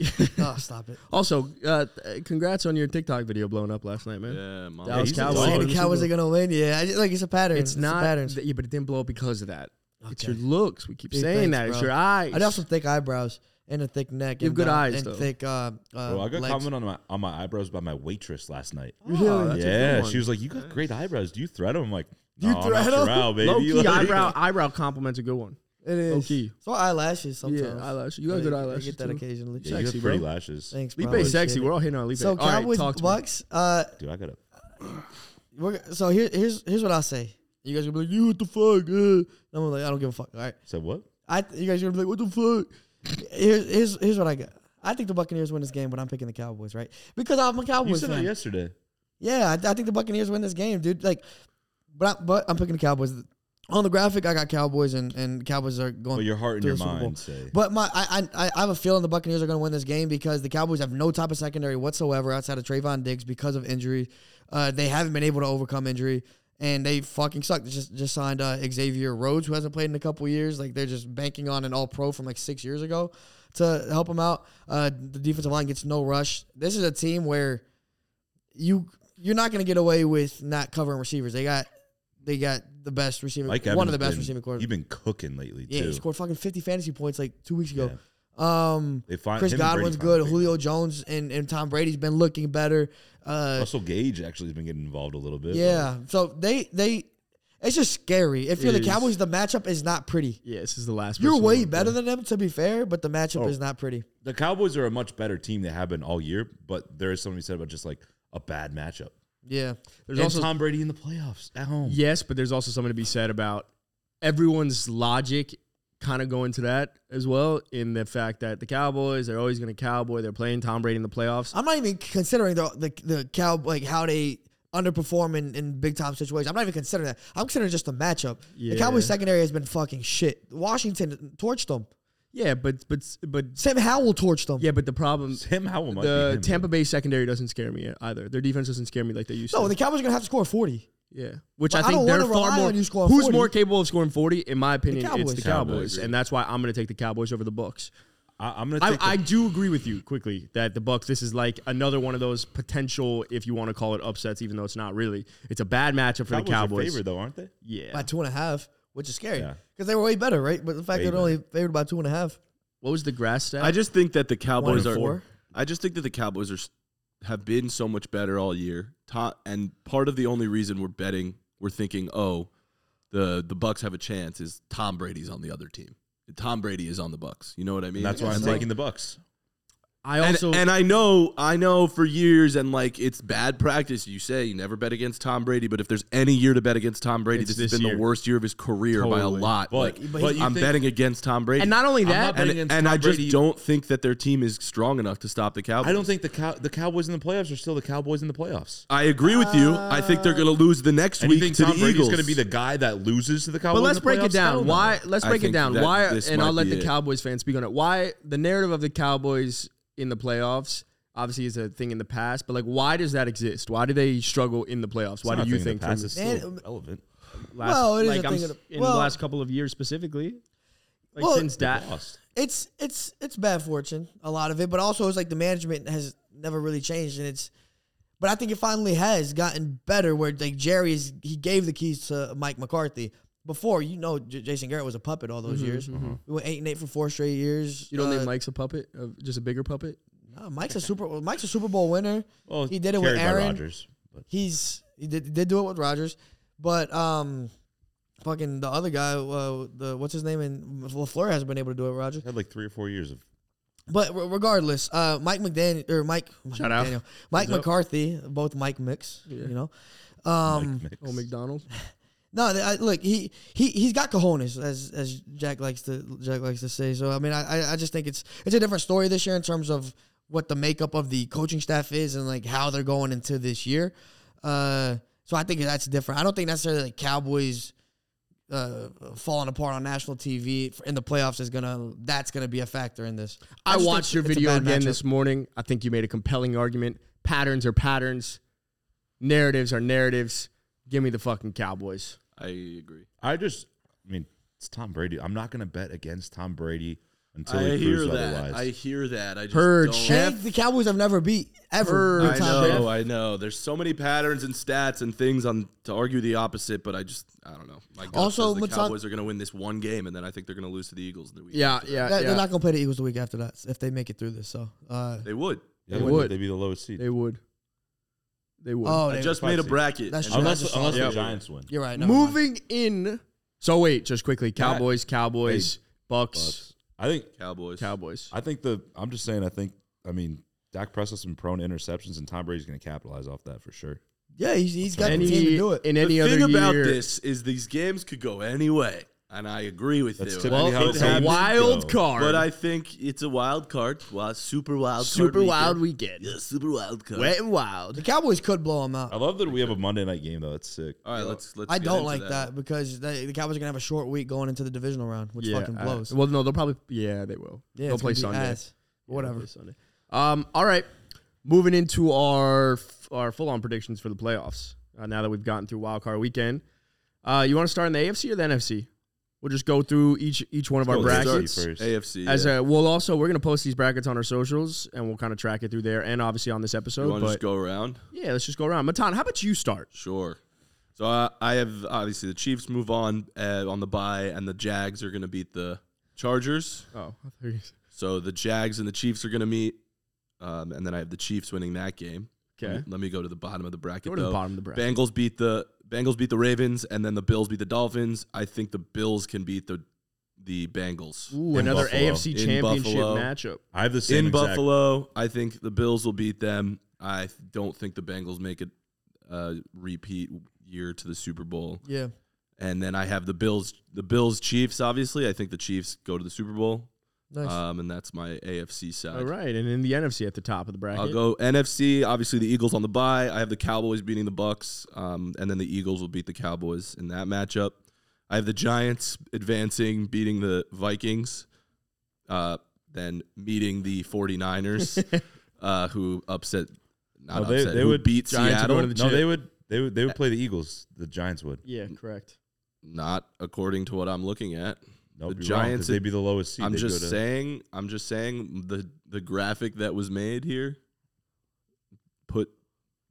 Oh, stop it.
Also, uh, th- congrats on your TikTok video blowing up last night, man.
Yeah, mom.
Dallas
he's a
Cowboys.
dog.
Saying
won
the
the
Cowboys
Super
are
Bowl.
gonna win. Yeah, I just, like it's a pattern.
It's not,
a patterns.
th- yeah, but it didn't blow up because of that. It's
Okay.
your looks. We keep
Dude,
saying
thanks,
that. It's
bro.
your eyes.
I do have some thick eyebrows and a thick neck.
You have
and,
good
uh,
eyes,
and
though.
thick. Uh, uh,
Bro, I got
legs.
comment on my on my eyebrows by my waitress last night.
Oh, that's a good
yeah,
one.
she was like, "You got great eyebrows. Do you thread them?" I'm like,
You
"No, I'm not
thread 'em?
Sherrod, baby."
Low key
Like-
eyebrow eyebrow compliment's a good one.
It is.
Low-key.
So eyelashes sometimes.
Yeah, eyelashes. You got
I-
good
I
eyelashes,
get that
too.
occasionally.
Yeah, you
Sexy,
have pretty
bro.
lashes.
Thanks, bro.
Lipe's sexy.
Appreciate it.
We're all hitting on Lipe.
So
all right,
Cowboys
talk to me.
Bucks. Uh,
Dude, I got a
we're, so here, here's here's what I'll say. You guys gonna be like, you what the fuck? Uh. And I'm like, I don't give a fuck. All right,
said what?
I you guys gonna be like, what the fuck? here's here's here's what I got. I think the Buccaneers win this game, but I'm picking the Cowboys, right? Because I'm a
You
Cowboys
said
fan.
that yesterday.
Yeah, I, I think the Buccaneers win this game, dude. Like, but I, but I'm picking the Cowboys. On the graphic, I got Cowboys, and and Cowboys are going.
Well, your heart and
through
your
the Super Bowl.
mind say.
But my, I, I, I have a feeling the Buccaneers are going to win this game because the Cowboys have no type of secondary whatsoever outside of Trayvon Diggs because of injury. Uh, they haven't been able to overcome injury, and they fucking suck. They just just signed uh, Xavier Rhodes, who hasn't played in a couple years. Like they're just banking on an All Pro from like six years ago to help them out. Uh, the defensive line gets no rush. This is a team where you you're not going to get away with not covering receivers. They got they got the best receiving,
Mike
one
Evans
of the best
been,
receiving quarterbacks.
He's been cooking lately
Yeah,
too.
he scored fucking 50 fantasy points like two weeks ago. Um,
They find
Chris
him and Brady
Godwin's
find
good.
big-
Julio Jones and, and Tom Brady's been looking better. Uh,
Russell Gage actually has been getting involved a little
Oh,
bit.
yeah. So they they, it's just scary. If you're the
It is.
Cowboys, the matchup is not pretty.
Yeah, this is the last.
You're
person
way
we'll play.
better than them to be fair, but the matchup
Oh.
is not pretty.
the Cowboys are a much better team. They have been all year, but there is something to be said about just like a bad matchup.
Yeah.
There's
and
also
Tom Brady in the playoffs at home.
yes, but there's also something to be said about everyone's logic kind of going to that as well in the fact that the Cowboys they're always going to cowboy. They're playing Tom Brady in the playoffs.
I'm not even considering the the, the cow like how they underperform in, in big time situations. I'm not even considering that. I'm considering just the matchup.
Yeah.
The Cowboys secondary has been fucking shit. Washington torched them.
Yeah, but but but
Sam Howell torched them.
yeah, but the problem
Tim Howell might be
the
him.
Tampa Bay secondary doesn't scare me either. Their defense doesn't scare me like they used
No,
to.
the Cowboys are gonna have to score 40.
yeah, which
But
I
I
think
don't
they're
wanna
far
rely
more.
on you
Who's
scoring 40.
more capable of scoring forty? In my opinion, it's
Cowboys.
the Cowboys,
Cowboys,
and that's why I'm going to take the Cowboys over the Bucks.
I, am gonna
I,
take.
I
the,
do agree with you quickly that the Bucks. This is like another one of those potential, if you want to call it upsets, even though it's not really. It's a bad matchup for
Cowboys
the Cowboys.
Are favored though, aren't they?
Yeah.
by two and a half, which is scary
Yeah.
because they were way better, right? But the fact
Way
they're only favored by two and a half,
What was the grass stat?
I just think that the Cowboys
and
are.
four?
I just think that the Cowboys are s- have been so much better all year. Ta- And part of the only reason we're betting, we're thinking, oh, the the Bucks have a chance is Tom Brady's on the other team. Tom Brady is on the Bucks. You know what I mean?
And that's why I'm
like-
taking the Bucks.
I
And,
also
and I know, I know for years, and like it's bad practice. You say you never bet against Tom Brady, but if there's any year to bet against Tom Brady,
It's
this, has
this
been
year.
the worst year of his career by a
Totally.
lot.
But,
like,
but you
I'm
think-
betting against Tom Brady.
and not only
not
that,
betting
and,
against
and
Tom
I just
Brady.
don't think that their team is strong enough to stop the Cowboys.
I don't think the cow, the Cowboys in the playoffs are still the Cowboys in the playoffs.
I agree with you. I think they're going to lose the next
And you
week
think
to
Tom
the
Brady's
Eagles.
going to be the guy that loses to the Cowboys?
But let's
in the
break it
playoffs?
down.
Hell no.
why? Let's
I
break it
think
down.
that
Why?
this
And
might
I'll let
be
the
it.
Cowboys fans speak on it. Why the narrative of the Cowboys in the playoffs obviously is a thing in the past, but like, why does that exist? Why do they struggle in the playoffs? Why
It's not
do you
a thing in
think?
the
From
past.
the
It's
Man,
still relevant?
last,
Well, it is
like
a
I'm
thing
s-
of the-
in
well-
the last couple of years specifically, like
Well-
since that.
Lost.
it's it's it's bad fortune, a lot of it. But also, it's like the management has never really changed, and it's. But I think it finally has gotten better. Where like Jerry is, he gave the keys to Mike McCarthy. Before you know, J- Jason Garrett was a puppet all those years. We went eight and eight for four straight years.
Mm-hmm, You don't
Uh,
think Mike's a puppet, uh, just a bigger puppet?
nah, Mike's a super. Mike's a Super Bowl winner.
Well,
he did it with
carried by
Aaron.
Rodgers, but
he's he did, did do it with Rogers, but um, fucking the other guy, uh, the what's his name, and Lafleur hasn't been able to do it. with Rogers,
had like three or four years of
but re- regardless, uh, Mike McDaniel or Mike,
Shout out.
McDaniel, Mike
What's up?
McCarthy, both Mike Mix, you know. Um,
mix.
Oh, McDonald.
no, th- I, look, he he he's got cojones, as as Jack likes to Jack likes to say. So I mean, I I- I just think it's it's a different story this year in terms of what the makeup of the coaching staff is and like how they're going into this year. Uh, so I think that's different. I don't think necessarily like Cowboys uh, falling apart on national TV in the playoffs is gonna that's gonna be a factor in this.
I,
just
watched
think
your
it's a
video
bad
again
matchup.
this morning. I think you made a compelling argument. Patterns are patterns. Narratives are narratives. Give me the fucking Cowboys.
I agree.
I just, I mean, it's Tom Brady. I'm not going to bet against Tom Brady until
I
he
hear
proves
that.
otherwise.
I hear that. I just
Heard
don't.
shit.
And the Cowboys have never beat
I
ever. with Tom Brady.
know. I know. There's so many patterns and stats and things on to argue the opposite, but I just I don't know. My gut
Also,
says the
Matan-
Cowboys are going to win this one game, and then I think they're going to lose to the Eagles in the week.
Yeah, yeah,
They're-
yeah.
They're not gonna play the Eagles the week after that if they make it through this. So. Uh,
they would.
Yeah,
They
wouldn't
would.
They'd be the lowest seed.
They would. They would.
Oh,
I
they-
just made a
seed.
bracket.
That's
and
true.
unless
just
unless
saw
the
it.
Giants win.
You're right. never mind.
Moving in. So wait, just quickly. Cowboys, Cowboys, Bucks,
Bucks. I think.
Cowboys.
Cowboys.
I think the. I'm just saying. I think. I mean, Dak Prescott's been prone to interceptions, and Tom Brady's going to capitalize off that for sure.
Yeah, he's, he's got
Any,
the team to do it.
In
The
any
thing
other
about
year,
this is these games could go any way, and I agree with
That's
you.
typically
Well,
how
it
it's
it's a
happened,
wild
though.
card.
but I think it's a wild card. Wow, super wild.
super
card
wild
Weekend.
weekend.
Yeah, super wild card.
Wet and wild.
The Cowboys could blow him out.
I love that we have a Monday night game though. That's sick.
All right, let's let's.
I
get
don't
into
like that, because they, the Cowboys are gonna have a short week going into the divisional round, which fucking
I-
blows.
well, no, they'll probably. Yeah, they will.
yeah,
they'll
it's
play
gonna be
Sunday.
ass. Whatever.
Play Sunday. Um. All right. Moving into our f- our full on predictions for the playoffs. Uh, now that we've gotten through wild card weekend, uh, you want to start in the AFC or the NFC? We'll just go through each each one of our
go with the
brackets.
AFC first.
AFC.
As
yeah.
a, we'll also we're gonna post these brackets on our socials and we'll kind of track it through there and obviously on this
you
episode.
want to
But
just go around?
yeah, let's just go around. Matan, how about you start?
Sure. So uh, I have obviously the Chiefs move on uh, on the bye, and the Jags are going to beat the Chargers.
Oh, I thought you were gonna say-
So the Jags and the Chiefs are going to meet, um, and then I have the Chiefs winning that game. Let me-
okay.
Let me go to the bottom of the bracket.
Go to the
though.
bottom of the bracket.
Bengals beat the Bengals beat the Ravens, and then the Bills beat the Dolphins. I think the Bills can beat the the Bengals
Ooh,
In
another
Buffalo.
AFC
In
Championship
Buffalo.
matchup.
I have the same
in
exact-
Buffalo. I think the Bills will beat them. I don't think the Bengals make a uh, repeat year to the Super Bowl.
Yeah.
And then I have the Bills, the Bills Chiefs. Obviously, I think the Chiefs go to the Super Bowl.
Nice.
Um, and that's my AFC side.
All right, and in the NFC at the top of the bracket.
I'll go NFC. Obviously, the Eagles on the bye. I have the Cowboys beating the Bucks, um, and then the Eagles will beat the Cowboys in that matchup. I have the Giants advancing, beating the Vikings, uh, then meeting the 49ers, uh, who upset. Not
No, they-
upset.
they
who
would-
beat
Giants are
Seattle.
going to the
No,
Shit.
they would. They would. They would play the Eagles. The Giants would.
Yeah, correct.
Not according to what I'm looking at.
Nope,
The
you're wrong, 'cause
Giants-
They'd be the lowest seed.
I'm
They'd go
just
to-
saying. I'm just saying the the graphic that was made here put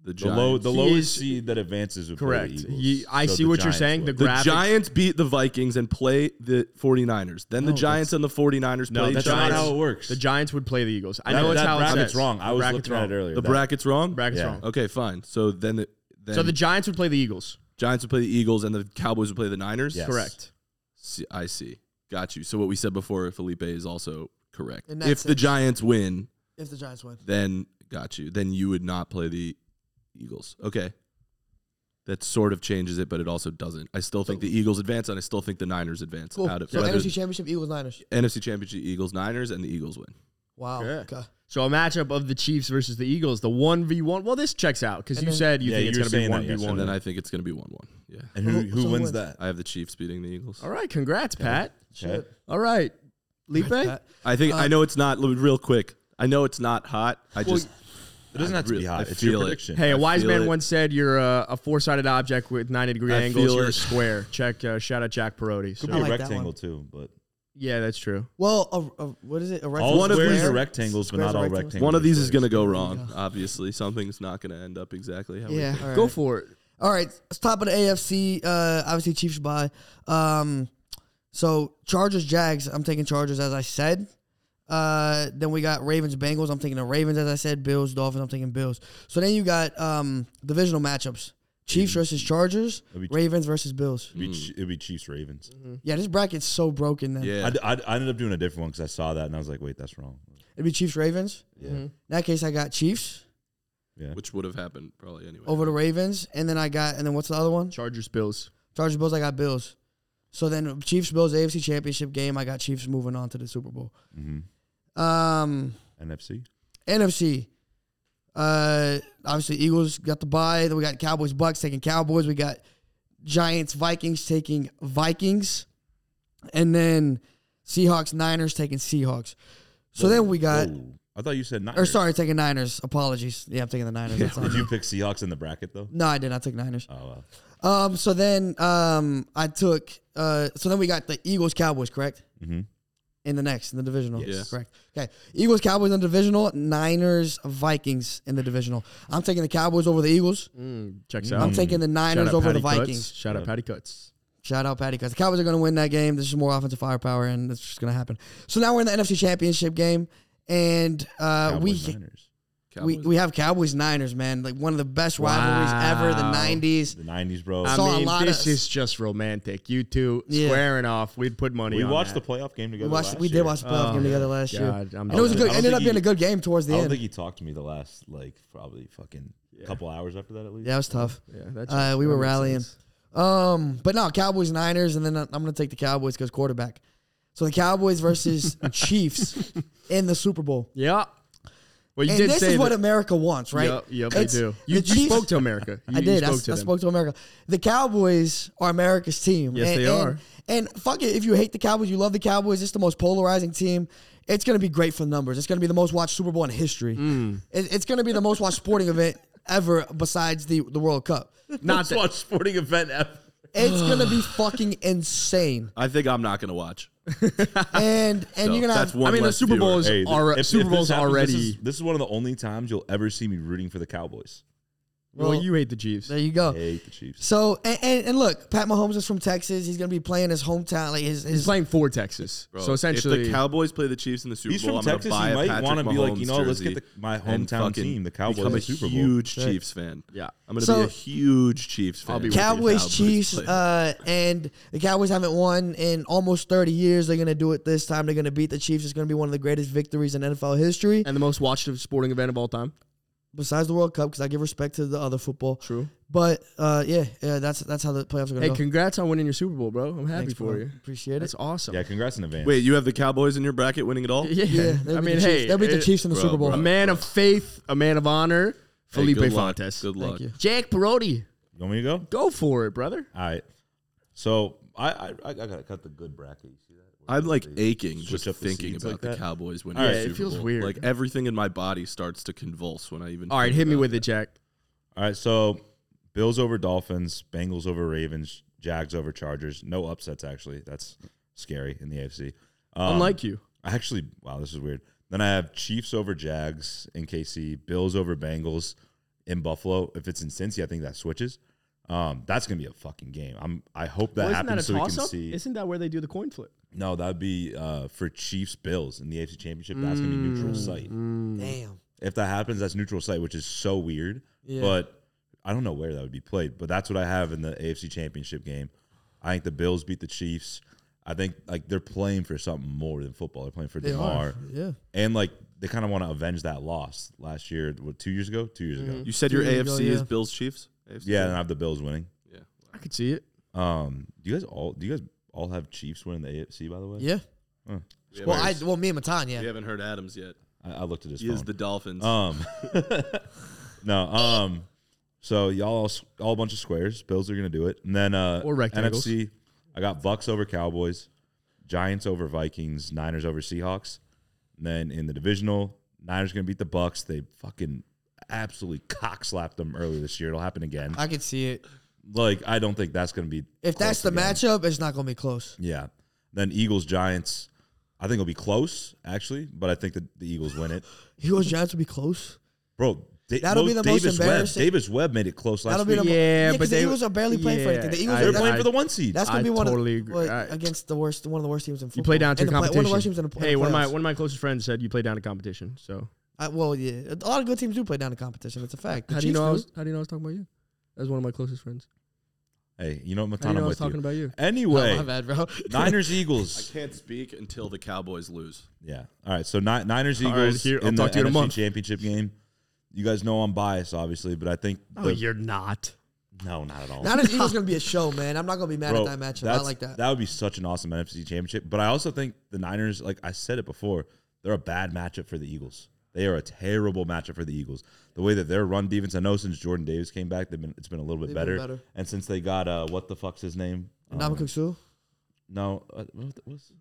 the
The
Giants.
low, the
He
lowest
is-
seed that advances would
Correct.
Play the Eagles.
Ye- I
So
see
the
what you're
Giants
saying. The
would.
the
graphic.
Giants beat the Vikings and play the 49ers. Then the
No,
Giants and the 49ers
No,
play
Oh, that's
each other.
not how it works.
the Giants would play the Eagles. I
That-
know it's
that
how it's
bracket's wrong. I was looking at it earlier.
The
That-
bracket's wrong?
Bracket's
Yeah.
wrong.
Okay, fine. So then the then
So the Giants would play the Eagles.
Giants would play the Eagles and the Cowboys would play the Niners?
Yes.
Correct.
See- I see. Got you. So what we said before, Felipe is also correct.
In
If
that
the
sense.
Giants win,
If the Giants win.
then got you. Then you would not play the Eagles. Okay. That sort of changes it, but it also doesn't. I still think the Eagles advance, and I still think the Niners advance
Cool.
out of
so
whether-
NFC Championship, Eagles, Niners.
NFC Championship, Eagles, Niners, and the Eagles win.
Wow.
Yeah.
Okay.
So a matchup of the Chiefs versus the Eagles, the one v one. Well, this checks out because
And
you
then-
said you
Yeah,
think
you were
it's going to be
saying that
one v
And
one.
then I think it's going to be 1 1. Yeah.
And who, who,
So who
wins
wins?
that?
I have the Chiefs beating the Eagles.
All right, congrats, Pat.
Okay.
All right, Lipe.
Pat.
I think, I
Um,
know it's not, real quick, I know it's not hot. I just,
It doesn't
I
have to
really-
be hot.
I
It's your
feel it.
prediction.
Hey, a
I
wise
feel
man
it.
once said you're a, a four sided object with 90 degree
I
angles.
feel
You're a
it.
square. Check uh, shout out Jack Perotti.
could
So-
be
I
a
like that
rectangle
one.
too, but
Yeah, that's true.
Well, a, a, what is it? A rectangle.
all
One of
squares
these-
are rectangles, but
Squares
not
are
all
rectangles.
rectangles.
one of these is
squares.
going to go wrong, obviously. Something's not going to end up exactly how
Yeah.
we think.
All right.
Go for it.
All right, it's top of the AFC. Uh, obviously Chiefs by. Um, so Chargers Jags. I'm taking Chargers as I said. Uh, then we got Ravens Bengals. I'm taking the Ravens as I said. Bills Dolphins. I'm taking Bills. So then you got um divisional matchups. Chiefs versus Chargers.
It'd be-
Ravens versus Bills.
Mm.
It'd be, Ch- it'd be Chiefs Ravens.
Yeah, this bracket's so broken. Then
Yeah.
I, d- I d- I ended up doing a different one because I saw that and I was like, wait, that's wrong.
it'd be Chiefs Ravens.
Yeah.
In that case, I got Chiefs Mm-hmm.
Yeah.
Which would have happened probably anyway.
over the Ravens, and then I got and then what's the other one?
Chargers Bills.
Chargers Bills. I got Bills. So then Chiefs Bills AFC Championship game. I got Chiefs moving on to the Super Bowl.
hmm
Um,
NFC.
NFC. Uh, obviously Eagles got the bye. Then we got Cowboys Bucks taking Cowboys. We got Giants Vikings taking Vikings, and then Seahawks Niners taking Seahawks. So then we got
Whoa. I thought you said Niners.
or sorry taking Niners. Apologies. Yeah, I'm taking the Niners. That's
Did
on
you
me.
pick Seahawks in the bracket though?
No, I didn't. I took Niners.
Oh, well.
Um, so then um I took uh so then we got the Eagles Cowboys, correct?
Mhm.
In the next, in the divisional.
Yes. Yeah.
Correct. Okay. Eagles Cowboys in the divisional, Niners Vikings in the divisional. I'm taking the Cowboys over the Eagles.
Mm, checks out.
I'm taking the
Shout
Niners
out
over
Patty
the
Cutts.
Vikings.
Shout out Patty Cuts.
Shout out Patty because the Cowboys are going to win that game. This is more offensive firepower, and it's just going to happen. So now we're in the NFC Championship game, and uh,
Cowboys,
we
Niners.
we
Cowboys.
we have Cowboys Niners, man, like one of the best rivalries ever.
Wow.
The '90s.
The nineties, bro.
I
I
saw a
mean,
lot
this
of-
is just romantic. You two
Yeah.
squaring off. We'd put money
we
on
watched
that.
the playoff game
We
together.
watched.
last
We did
year.
watch the playoff
Oh,
game together last year.
God, I'm
And it was a
done.
good.
I don't
Ended
think
up being
he-
a good game towards the
I don't
end.
think he talked to me the last like probably fucking couple hours after that at least.
Yeah, it was tough.
Yeah, that's
Uh, we
that
were
makes
rallying.
sense.
Um, but no, Cowboys Niners, and then I'm gonna take the Cowboys because quarterback. So the Cowboys versus Chiefs in the Super Bowl.
Yeah. Well, you
and
did
this
say
is what
that,
America wants, right?
Yep, yep
It's-
they do. You, you
the Chiefs-
spoke to America. You,
I
you
did. I,
Spoke
s-
to
I
them.
spoke to America. The Cowboys are America's team.
Yes,
and,
they
and-
are.
And, fuck it, if you hate the Cowboys, you love the Cowboys. It's the most polarizing team. It's going to be great for numbers. It's going to be the most watched Super Bowl in history.
Mm.
It- it's going to be the most watched sporting event ever besides the, the World Cup.
Not that,
watch sporting event ever.
It's going to be fucking insane.
I think I'm not going to watch.
And and
So
you're going to
that's
have
one
I mean, the
less
Super
viewer.
Bowl is
Hey, th-
alre-
if-
Super
if
Bowl's
this happens,
already.
This is, this is one of the only times you'll ever see me rooting for the Cowboys.
Well,
Well,
you hate the Chiefs.
There you go.
Hate the Chiefs.
So and, and, and look, Pat Mahomes is from Texas. He's gonna be playing his hometown, like his,
He's
his
playing for Texas.
Bro,
so essentially,
if the Cowboys play the Chiefs in the Super
He's
Bowl,
from
I'm
Texas,
gonna buy
he
a
might
Patrick
wanna be
Mahomes
like, you know, let's
jersey
get the- my
and
hometown
fucking
team, the Cowboys,
Become
in
a
the Super Bowl.
huge Chiefs fan.
Yeah.
I'm gonna
So-
be a huge Chiefs fan.
I'll be
when the
Cowboys, Chiefs,
play.
uh, and the Cowboys haven't won in almost 30 years. They're gonna do it this time. They're gonna beat the Chiefs. It's gonna be one of the greatest victories in NFL history,
and the most watched sporting event of all time.
besides the World Cup, because I give respect to the other football.
True.
But uh, yeah, yeah, that's that's how the playoffs are gonna
Hey,
go.
congrats on winning your Super Bowl, bro. I'm happy
Thanks,
for
bro.
you.
Appreciate it.
That's awesome.
Yeah, congrats in advance.
Wait, you have the Cowboys in your bracket winning it all?
Yeah,
Yeah, they'll
I
beat
mean,
the Chiefs.
hey,
they'll beat the
it-
Chiefs in the
bro,
Super Bowl.
bro.
A man of faith, a man of honor,
Hey,
Felipe
good luck.
Fontes.
Good luck.
you.
Jack Perotti,
You want me to go?
go for it, brother.
All right. So I I, I gotta cut the good bracket. You see that?
I'm like aching
Switch
just
up the
thinking
seeds
about
like
the
that?
Cowboys winning.
All
the
right, it
Super
feels
Bowl.
weird.
Like everything in my body starts to convulse when I even.
All right,
think
hit me
about
with it, Jack.
All right. So Bills over Dolphins, Bengals over Ravens, Jags over Chargers. No upsets actually. That's scary in the AFC. Um,
Unlike you.
I actually, wow, this is weird. Then I have Chiefs over Jags in KC, Bills over Bengals in Buffalo. If it's in Cincy, I think that switches. Um, that's gonna be a fucking game. I'm. I hope that
Well, isn't
happens
that a
so we can
toss-up?
see.
Isn't that where they do the coin flip?
no, that'd be uh, for Chiefs Bills in the AFC Championship. That's gonna be
Mm.
neutral site.
Damn.
If that happens, that's neutral site, which is so weird.
Yeah.
But I don't know where that would be played. But that's what I have in the AFC Championship game. I think the Bills beat the Chiefs. I think like they're playing for something more than football. They're playing for
They
Demar,
are. Yeah.
and like they kind of want to avenge that loss last year. What two years ago? Two years ago.
it. You said your
There you
AFC
go,
is
yeah.
Bills Chiefs. AFC
Yeah, and I have the Bills winning.
Yeah.
I could see it.
Um, do you guys all do you guys all have Chiefs winning the AFC? By the way,
Yeah.
We
Well, I
haven't-
well me and Matan, yeah.
we haven't heard Adams yet.
I, I looked at his
He
phone.
is the Dolphins.
Um, no. Um, so y'all all, s- all a bunch of squares. Bills are gonna do it, and then uh,
Or rectangles.
NFC. I got Bucks over Cowboys, Giants over Vikings, Niners over Seahawks. And then in the divisional, Niners gonna beat the Bucks. They fucking absolutely cock slapped them earlier this year. It'll happen again.
I could see it.
like I don't think that's gonna be
If that's
close
the
again.
matchup, it's not gonna be close.
Yeah. Then Eagles Giants. I think it'll be close actually, but I think that the Eagles win it.
Eagles Giants will be close.
Bro, Da-
That'll be
Mo-
the most
Davis
embarrassing-
Webb. Davis Webb made it close last
That'll be
week.
the mo-
Yeah,
yeah,
but
because the
they-
Eagles are barely playing for
yeah,
anything. The Eagles
I-
are
They're
I-
playing for the one seed.
That's gonna
I
be one
totally
of the,
agree.
what-
I-
against the worst one of the worst teams in football.
You play down to
In
a
the play-
competition.
One of the worst teams in the in the
hey, one of my
playoffs.
one of my closest friends said you play down to competition. So
I, well, yeah, a lot of good teams do play down to competition. It's a fact. The Chiefs
how do you know I was talking about you? That was one of my closest friends.
hey, you know what, Matan, I'm with you.
about you?
Oh, my
Anyway,
bad, bro.
Niners
I
Eagles.
can't speak until the Cowboys lose.
Yeah. All right. So Ni- Niners
All
Eagles
right, here- I'll
in
talk to
the
you in a
NFC
month.
Championship game. You guys know I'm biased, obviously, but I think
Oh,
the-
you're not.
no, not at all.
Niners Eagles gonna be a show, man. I'm not gonna be mad
Bro,
at that matchup. I
that's-
like that.
That would be such an awesome NFC Championship. But I also think the Niners, like I said it before, they're a bad matchup for the Eagles. They are a terrible matchup for the Eagles. The way that their run defense, I know since Jordan Davis came back, they've been it's been a little bit
They've been
better.
better.
And since they got uh, what the fuck's his name? Um,
Ndamukong Suh?
No, uh, what the- what's-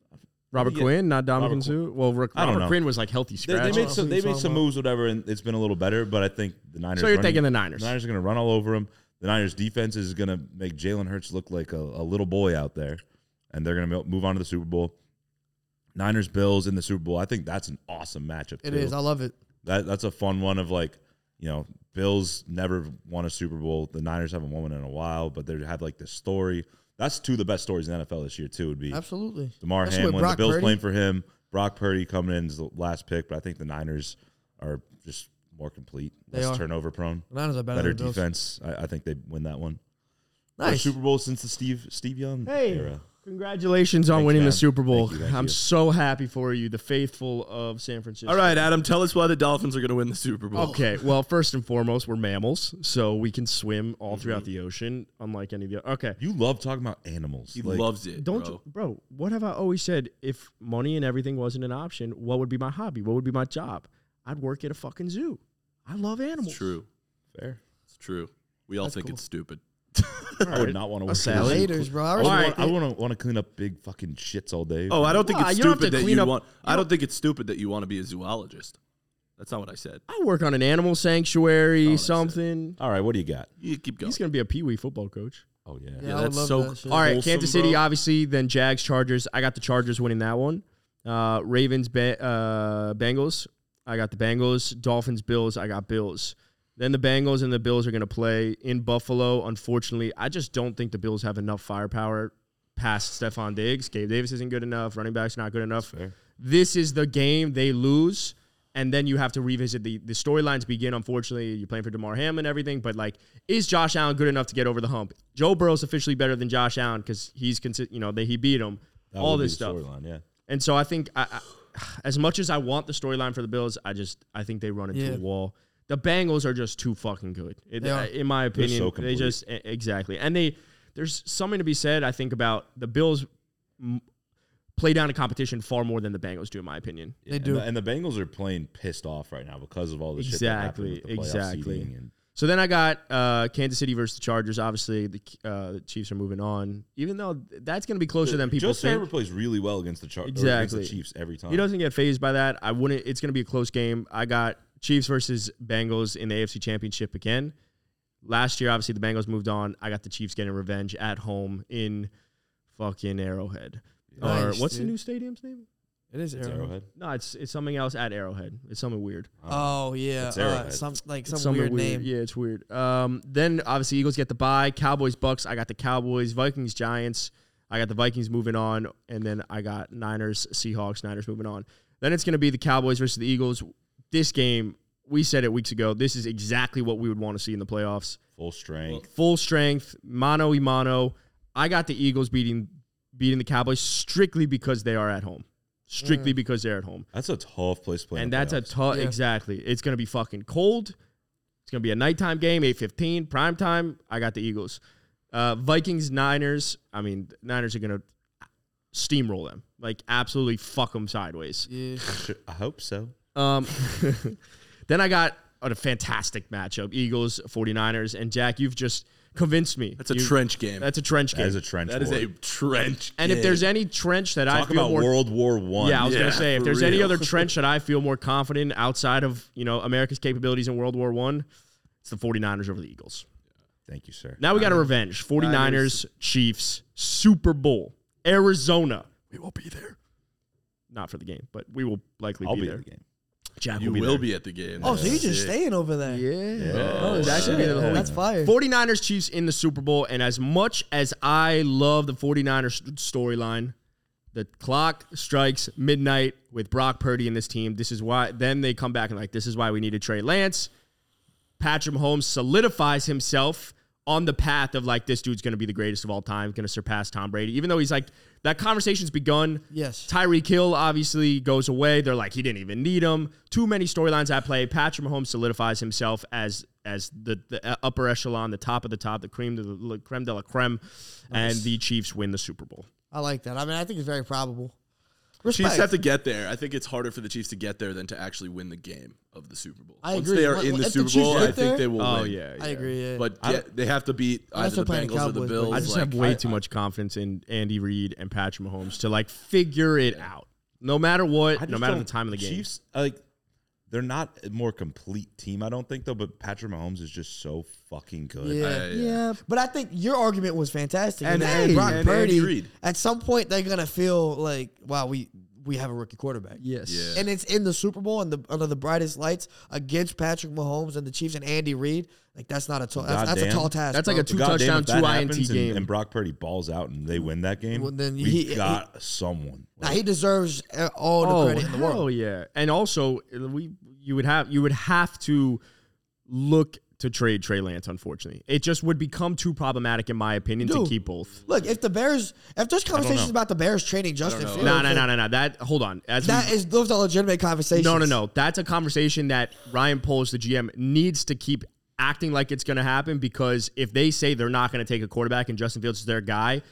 Robert
Yeah.
Quinn, not Dom
Robert
Kinsu. Well, Rick,
I don't
Robert
know.
Quinn was like healthy
they, they
scratch.
made
Oh,
some they
who you
made some
talking
moves, whatever, and it's been a little better. But I think the Niners.
so you're
running-
thinking the Niners.
the Niners are going to run all over him. The Niners defense is going to make Jalen Hurts look like a, a little boy out there, and they're going to move on to the Super Bowl. Niners Bills in the Super Bowl. I think that's an awesome matchup.
It
too.
is. I love it.
That that's a fun one of like you know Bills never won a Super Bowl. The Niners haven't won one in a while, but they have like this story. That's two of the best stories in the NFL this year too. Would be
Absolutely.
Damar
Especially with
Hamlin. The
Brock
Bills
Purdy.
playing for him. Brock Purdy coming in as the last pick, but I think the Niners are just more complete.
They
Less
are.
turnover prone.
The Niners are better,
Better
than the Bills.
defense. I, I think they win that one. First
Nice.
Super Bowl since the Steve Steve Young
Hey.
era.
Congratulations on
Thanks,
winning
man.
the Super Bowl.
Thank you, thank
I'm
you.
so happy for you, the faithful of San Francisco.
All right, Adam, tell us why the Dolphins are going to win the Super Bowl.
Okay. Well, first and foremost, we're mammals, so we can swim all throughout
Mm-hmm.
the ocean, unlike any of the. Okay.
You love talking about animals.
He
Like,
loves it.
Don't
bro.
you- bro. What have I always said? If money and everything wasn't an option, what would be my hobby? What would be my job? I'd work at a fucking zoo. I love animals.
It's true.
fair.
It's true. We all think it's stupid.
I would not want to work.
salad.
in a zoo.
Haters, bro. I
I
respect
wouldn't
it.
want, to want to clean up big fucking shits all day.
Oh, I don't think
Well,
it's
you don't have
stupid
to
that
clean
you
up-
want.
you
I don't think it's stupid that you want to be a zoologist. That's not what I said.
I work on an animal sanctuary,
Oh, that's it.
something.
All right, what do you got?
You keep going.
He's gonna be a pee wee football coach.
Oh yeah.
Yeah, I would
that's
love
so-
that shit.
All right,
Wholesome,
Kansas City,
bro.
obviously. Then Jags, Chargers. I got the Chargers winning that one. Uh, Ravens, ba- uh, Bengals. I got the Bengals. Dolphins, Bills. I got Bills. Then the Bengals and the Bills are going to play in Buffalo. Unfortunately, I just don't think the Bills have enough firepower past Stephon Diggs. Gabe Davis isn't good enough. Running back's not good enough. This is the game they lose. And then you have to revisit the, the storylines begin. Unfortunately, you're playing for DeMar Ham and everything, but like, is Josh Allen good enough to get over the hump? Joe Burrow's officially better than Josh Allen because he's, consi- you know, they, he beat him.
That
all
would be
this
the
stuff.
storyline, yeah.
And so I think, I, I, as much as I want the storyline for the Bills, I just I think they run into
Yeah.
a wall. The Bengals are just too fucking good, It- uh,
They are.
in my opinion.
so
they
complete.
just e- exactly, and they there's something to be said. I think about the Bills m- play down to competition far more than the Bengals do, in my opinion.
They
And
do.
the, and the Bengals are playing pissed off right now because of all the shit that happened with the playoff
Exactly, exactly.
seeding and
So then I got uh, Kansas City versus the Chargers. Obviously, the, uh, the Chiefs are moving on, even though that's going to be closer than people
Joe
think.
Sarver plays really well against the Chargers, against
Exactly.
the Chiefs every time.
He doesn't get phased by that. I wouldn't. It's going to be a close game. I got Chiefs versus Bengals in the AFC Championship again. Last year, obviously, the Bengals moved on. I got the Chiefs getting revenge at home in fucking Arrowhead.
Nice,
or what's
dude.
the new stadium's name?
It is
It's Arrowhead.
No, it's it's something else at Arrowhead. It's something weird.
Oh yeah,
It's
uh,
Arrowhead.
some like
It's
some
something
weird, name.
Yeah, it's weird. Um, then obviously Eagles get the bye. Cowboys Bucks. I got the Cowboys. Vikings Giants. I got the Vikings moving on, and then I got Niners Seahawks. Niners moving on. Then it's going to be the Cowboys versus the Eagles. This game, we said it weeks ago. This is exactly what we would want to see in the playoffs.
Full strength.
Full strength, mano y mano. I got the Eagles beating beating the Cowboys strictly because they are at home.
Mm.
Strictly because they're at home.
That's a tough place to play. in
And
the
that's a
playoffs.
tough.
Yeah.
Exactly. It's gonna be fucking cold. It's gonna be a nighttime game, eight fifteen, prime time. I got the Eagles, uh, Vikings, Niners. I mean, Niners are gonna steamroll them, like absolutely fuck them sideways.
Yeah.
Sure, I hope so.
Um, then I got a fantastic matchup: Eagles, 49ers, and Jack. You've just convinced me.
That's a
You-
trench game.
That's a trench game.
As a trench.
That is
war.
a trench.
and if
game.
there's any trench that I
talk
feel
about
more
World War One.
Yeah, I was
Yeah,
gonna say if
for
there's any
real.
other trench that I feel more confident outside of you know America's capabilities in World War One, it's the 49ers over the Eagles.
Thank you, sir.
Now we got a revenge. 49ers, Chiefs, Super Bowl, Arizona. We will be there. Not for the game, but we will likely
I'll
be,
be at
there.
the game.
Jack
you
will be
will
there.
be at the game.
Oh, so you're just
Sick.
staying over there?
Yeah.
Oh,
Jack will
shit.
be there the whole
That's fire.
49ers Chiefs in the Super Bowl. And as much as I love the 49ers st- storyline, the clock strikes midnight with Brock Purdy and this team. This is why then they come back and like, this is why we need to trade Lance. Patrick Mahomes solidifies himself on the path of like this dude's gonna be the greatest of all time, gonna surpass Tom Brady. Even though he's like that conversation's begun.
Yes.
Tyreek Hill obviously goes away. They're like, he didn't even need him. Too many storylines at play. Patrick Mahomes solidifies himself as as the, the upper echelon, the top of the top, the cream, de la, creme de la creme, and the Chiefs win the Super Bowl.
I like that. I mean, I think it's very probable.
Chiefs
Respect.
have to get there. I think it's harder for the Chiefs to get there than to actually win the game of the Super Bowl.
I
Once
agree.
they are
Well,
in the
if the
Super
Chiefs
Bowl,
get
I think
there-
they will
Oh
win.
yeah,
I
yeah.
agree. Yeah.
But get, they have to beat
Unless
either the
they're playing
Bengals
the
or the
Cowboys, but-
Bills.
I just
like,
have way
I-
too
I-
much confidence in Andy Reid and Patrick Mahomes to like figure it out, no matter what,
I
no
just
matter the
don't-
time of the game.
Chiefs uh, like they're not a more complete team, I don't think though. But Patrick Mahomes is just so fucking good.
Yeah.
I-
yeah, But I think your argument was fantastic.
And
And,
hey,
Brock
and Andy
Purdy,
Reid.
at some point, they're gonna feel like, wow, we we have a rookie quarterback.
yes.
Yeah.
And it's in the Super Bowl and the, under the brightest lights against Patrick Mahomes and the Chiefs and Andy Reid. Like that's not a tall. That's, that's a
Goddamn.
tall task.
That's like
bro.
a two
God damn,
touchdown,
if that
two
happens
INT
and-
game.
and, Brock Purdy balls out and they win that game.
Well, then
we
he-
got someone.
Now he deserves uh, all the credit in the
Oh, hell
world.
yeah! And also, we you would have you would have to look to trade Trey Lance. Unfortunately, it just would become too problematic, in my opinion,
Dude.
to keep both.
Look, if the Bears, if there's conversations
know.
about the Bears trading Justin Fields,
No, no, no, no, no. That hold on. As we-
that is those are legitimate conversations.
no, no, no. That's a conversation that Ryan Poles, the GM, needs to keep acting like it's going to happen because if they say they're not going to take a quarterback and Justin Fields is their guy.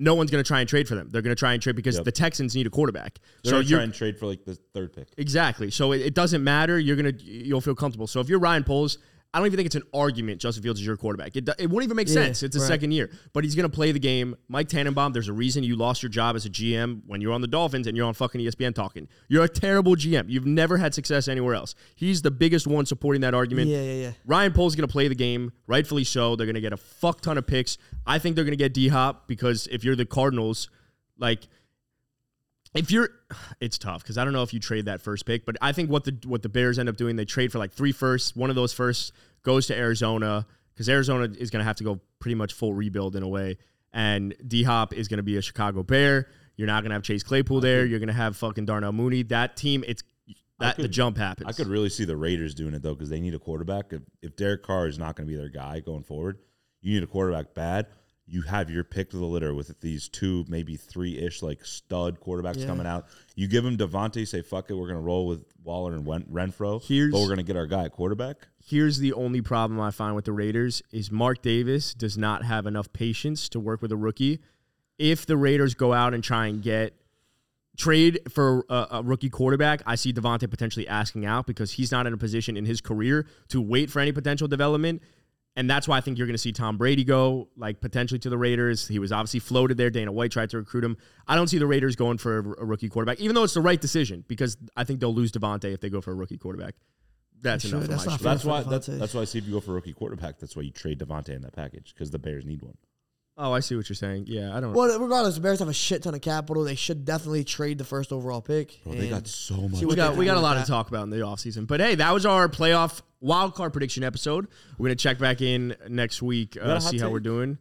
No one's going to try and trade for them. They're going to try and trade because
Yep.
the Texans need a quarterback.
They're
so
gonna
you're
try and trade for like the third pick.
Exactly. So it, it doesn't matter. You're gonna you'll feel comfortable. So if you're Ryan Poles, I don't even think it's an argument. Justin Fields is your quarterback. It, do- it wouldn't even make sense. It's a
right.
second year, but he's gonna play the game. Mike Tannenbaum. There's a reason you lost your job as a GM when you're on the Dolphins and you're on fucking E ESPN talking. You're a terrible GM. You've never had success anywhere else. He's the biggest one supporting that argument.
Yeah, yeah, yeah.
Ryan Poles is going to play the game, rightfully so. They're going to get a fuck ton of picks. I think they're going to get D Hop because if you're the Cardinals, like if you're, it's tough because I don't know if you trade that first pick, but I think what the what the Bears end up doing, they trade for like three firsts. One of those firsts goes to Arizona because Arizona is going to have to go pretty much full rebuild in a way. And D Hop is going to be a Chicago Bear. You're not going to have Chase Claypool there. You're going to have fucking Darnell Mooney. That team, it's that the
could-
jump happens.
I could really see the Raiders doing it though because they need a quarterback. If, if Derek Carr is not going to be their guy going forward, you need a quarterback bad. You have your pick to the litter with these two, maybe three ish like stud quarterbacks
Yeah.
coming out. You give them Devontae, say fuck it, we're going to roll with Waller and Wen- Renfro,
Here's-
but we're going to get our guy at quarterback.
Here's the only problem I find with the Raiders is Mark Davis does not have enough patience to work with a rookie. If the Raiders go out and try and get trade for a, a rookie quarterback, I see Devontae potentially asking out because he's not in a position in his career to wait for any potential development. And that's why I think you're going to see Tom Brady go, like potentially to the Raiders. He was obviously floated there. Dana White tried to recruit him. I don't see the Raiders going for a, a rookie quarterback, even though it's the right decision because I think they'll lose Devontae if they go for a rookie quarterback. That's
They
enough.
should.
for
That's
my
not
show.
fair
that's
for
why that's,
Devontae.
that's why I see if you go for rookie quarterback, that's why you trade Devontae in that package because the Bears need one.
Oh, I see what you're saying. Yeah, I don't.
Well, regardless, the Bears have a shit ton of capital. They should definitely trade the first overall pick.
Bro, they
and-
got so much.
we
what
got
they
we
do
got a
with
lot
that.
to talk about in the offseason. But hey, that was our playoff wild card prediction episode. We're gonna check back in next week, uh,
a hot
see how we're
take?
doing.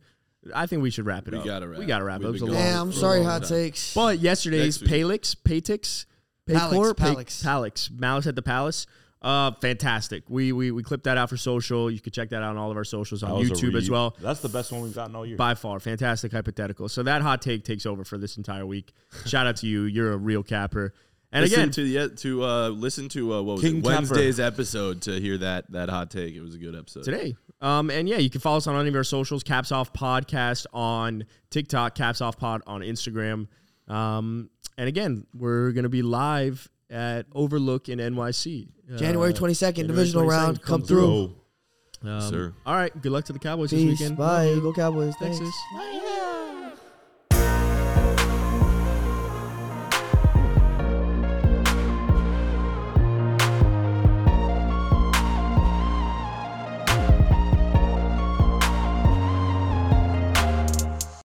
I think we should wrap it
We
up.
gotta wrap.
We gotta wrap it
We've
up.
been
It was a
going
Yeah,
long-
I'm
for a
sorry,
long
hot
time.
takes.
But yesterday's
Next week.
Palix, Patix,
Palix,
Paycor, Pay-
Palix.
Palix, Malice at the Palace. Uh, fantastic. We we we clipped that out for social. You can check that out on all of our socials
That
on
was a
YouTube as
read.
well.
That's the best one we've gotten all year.
By far, fantastic hypothetical. So that hot take takes over for this entire week. Shout out to you. You're a real capper. And
Listen
again,
to the, to uh, listen to uh, what was
King
it?
Capper.
Wednesday's episode to hear that that hot take. It was a good episode.
today. Um, and yeah, you can follow us on any of our socials, Caps Off Podcast on TikTok, Caps Off Pod on Instagram. Um, and again, we're going to be live at Overlook in NYC. Uh,
January 22nd,
January
divisional
22nd,
round. Come,
come
through.
Bro,
um,
Sir.
All right. Good luck to the Cowboys this
Peace.
weekend.
Bye. Go Cowboys. Thanks.
Texas.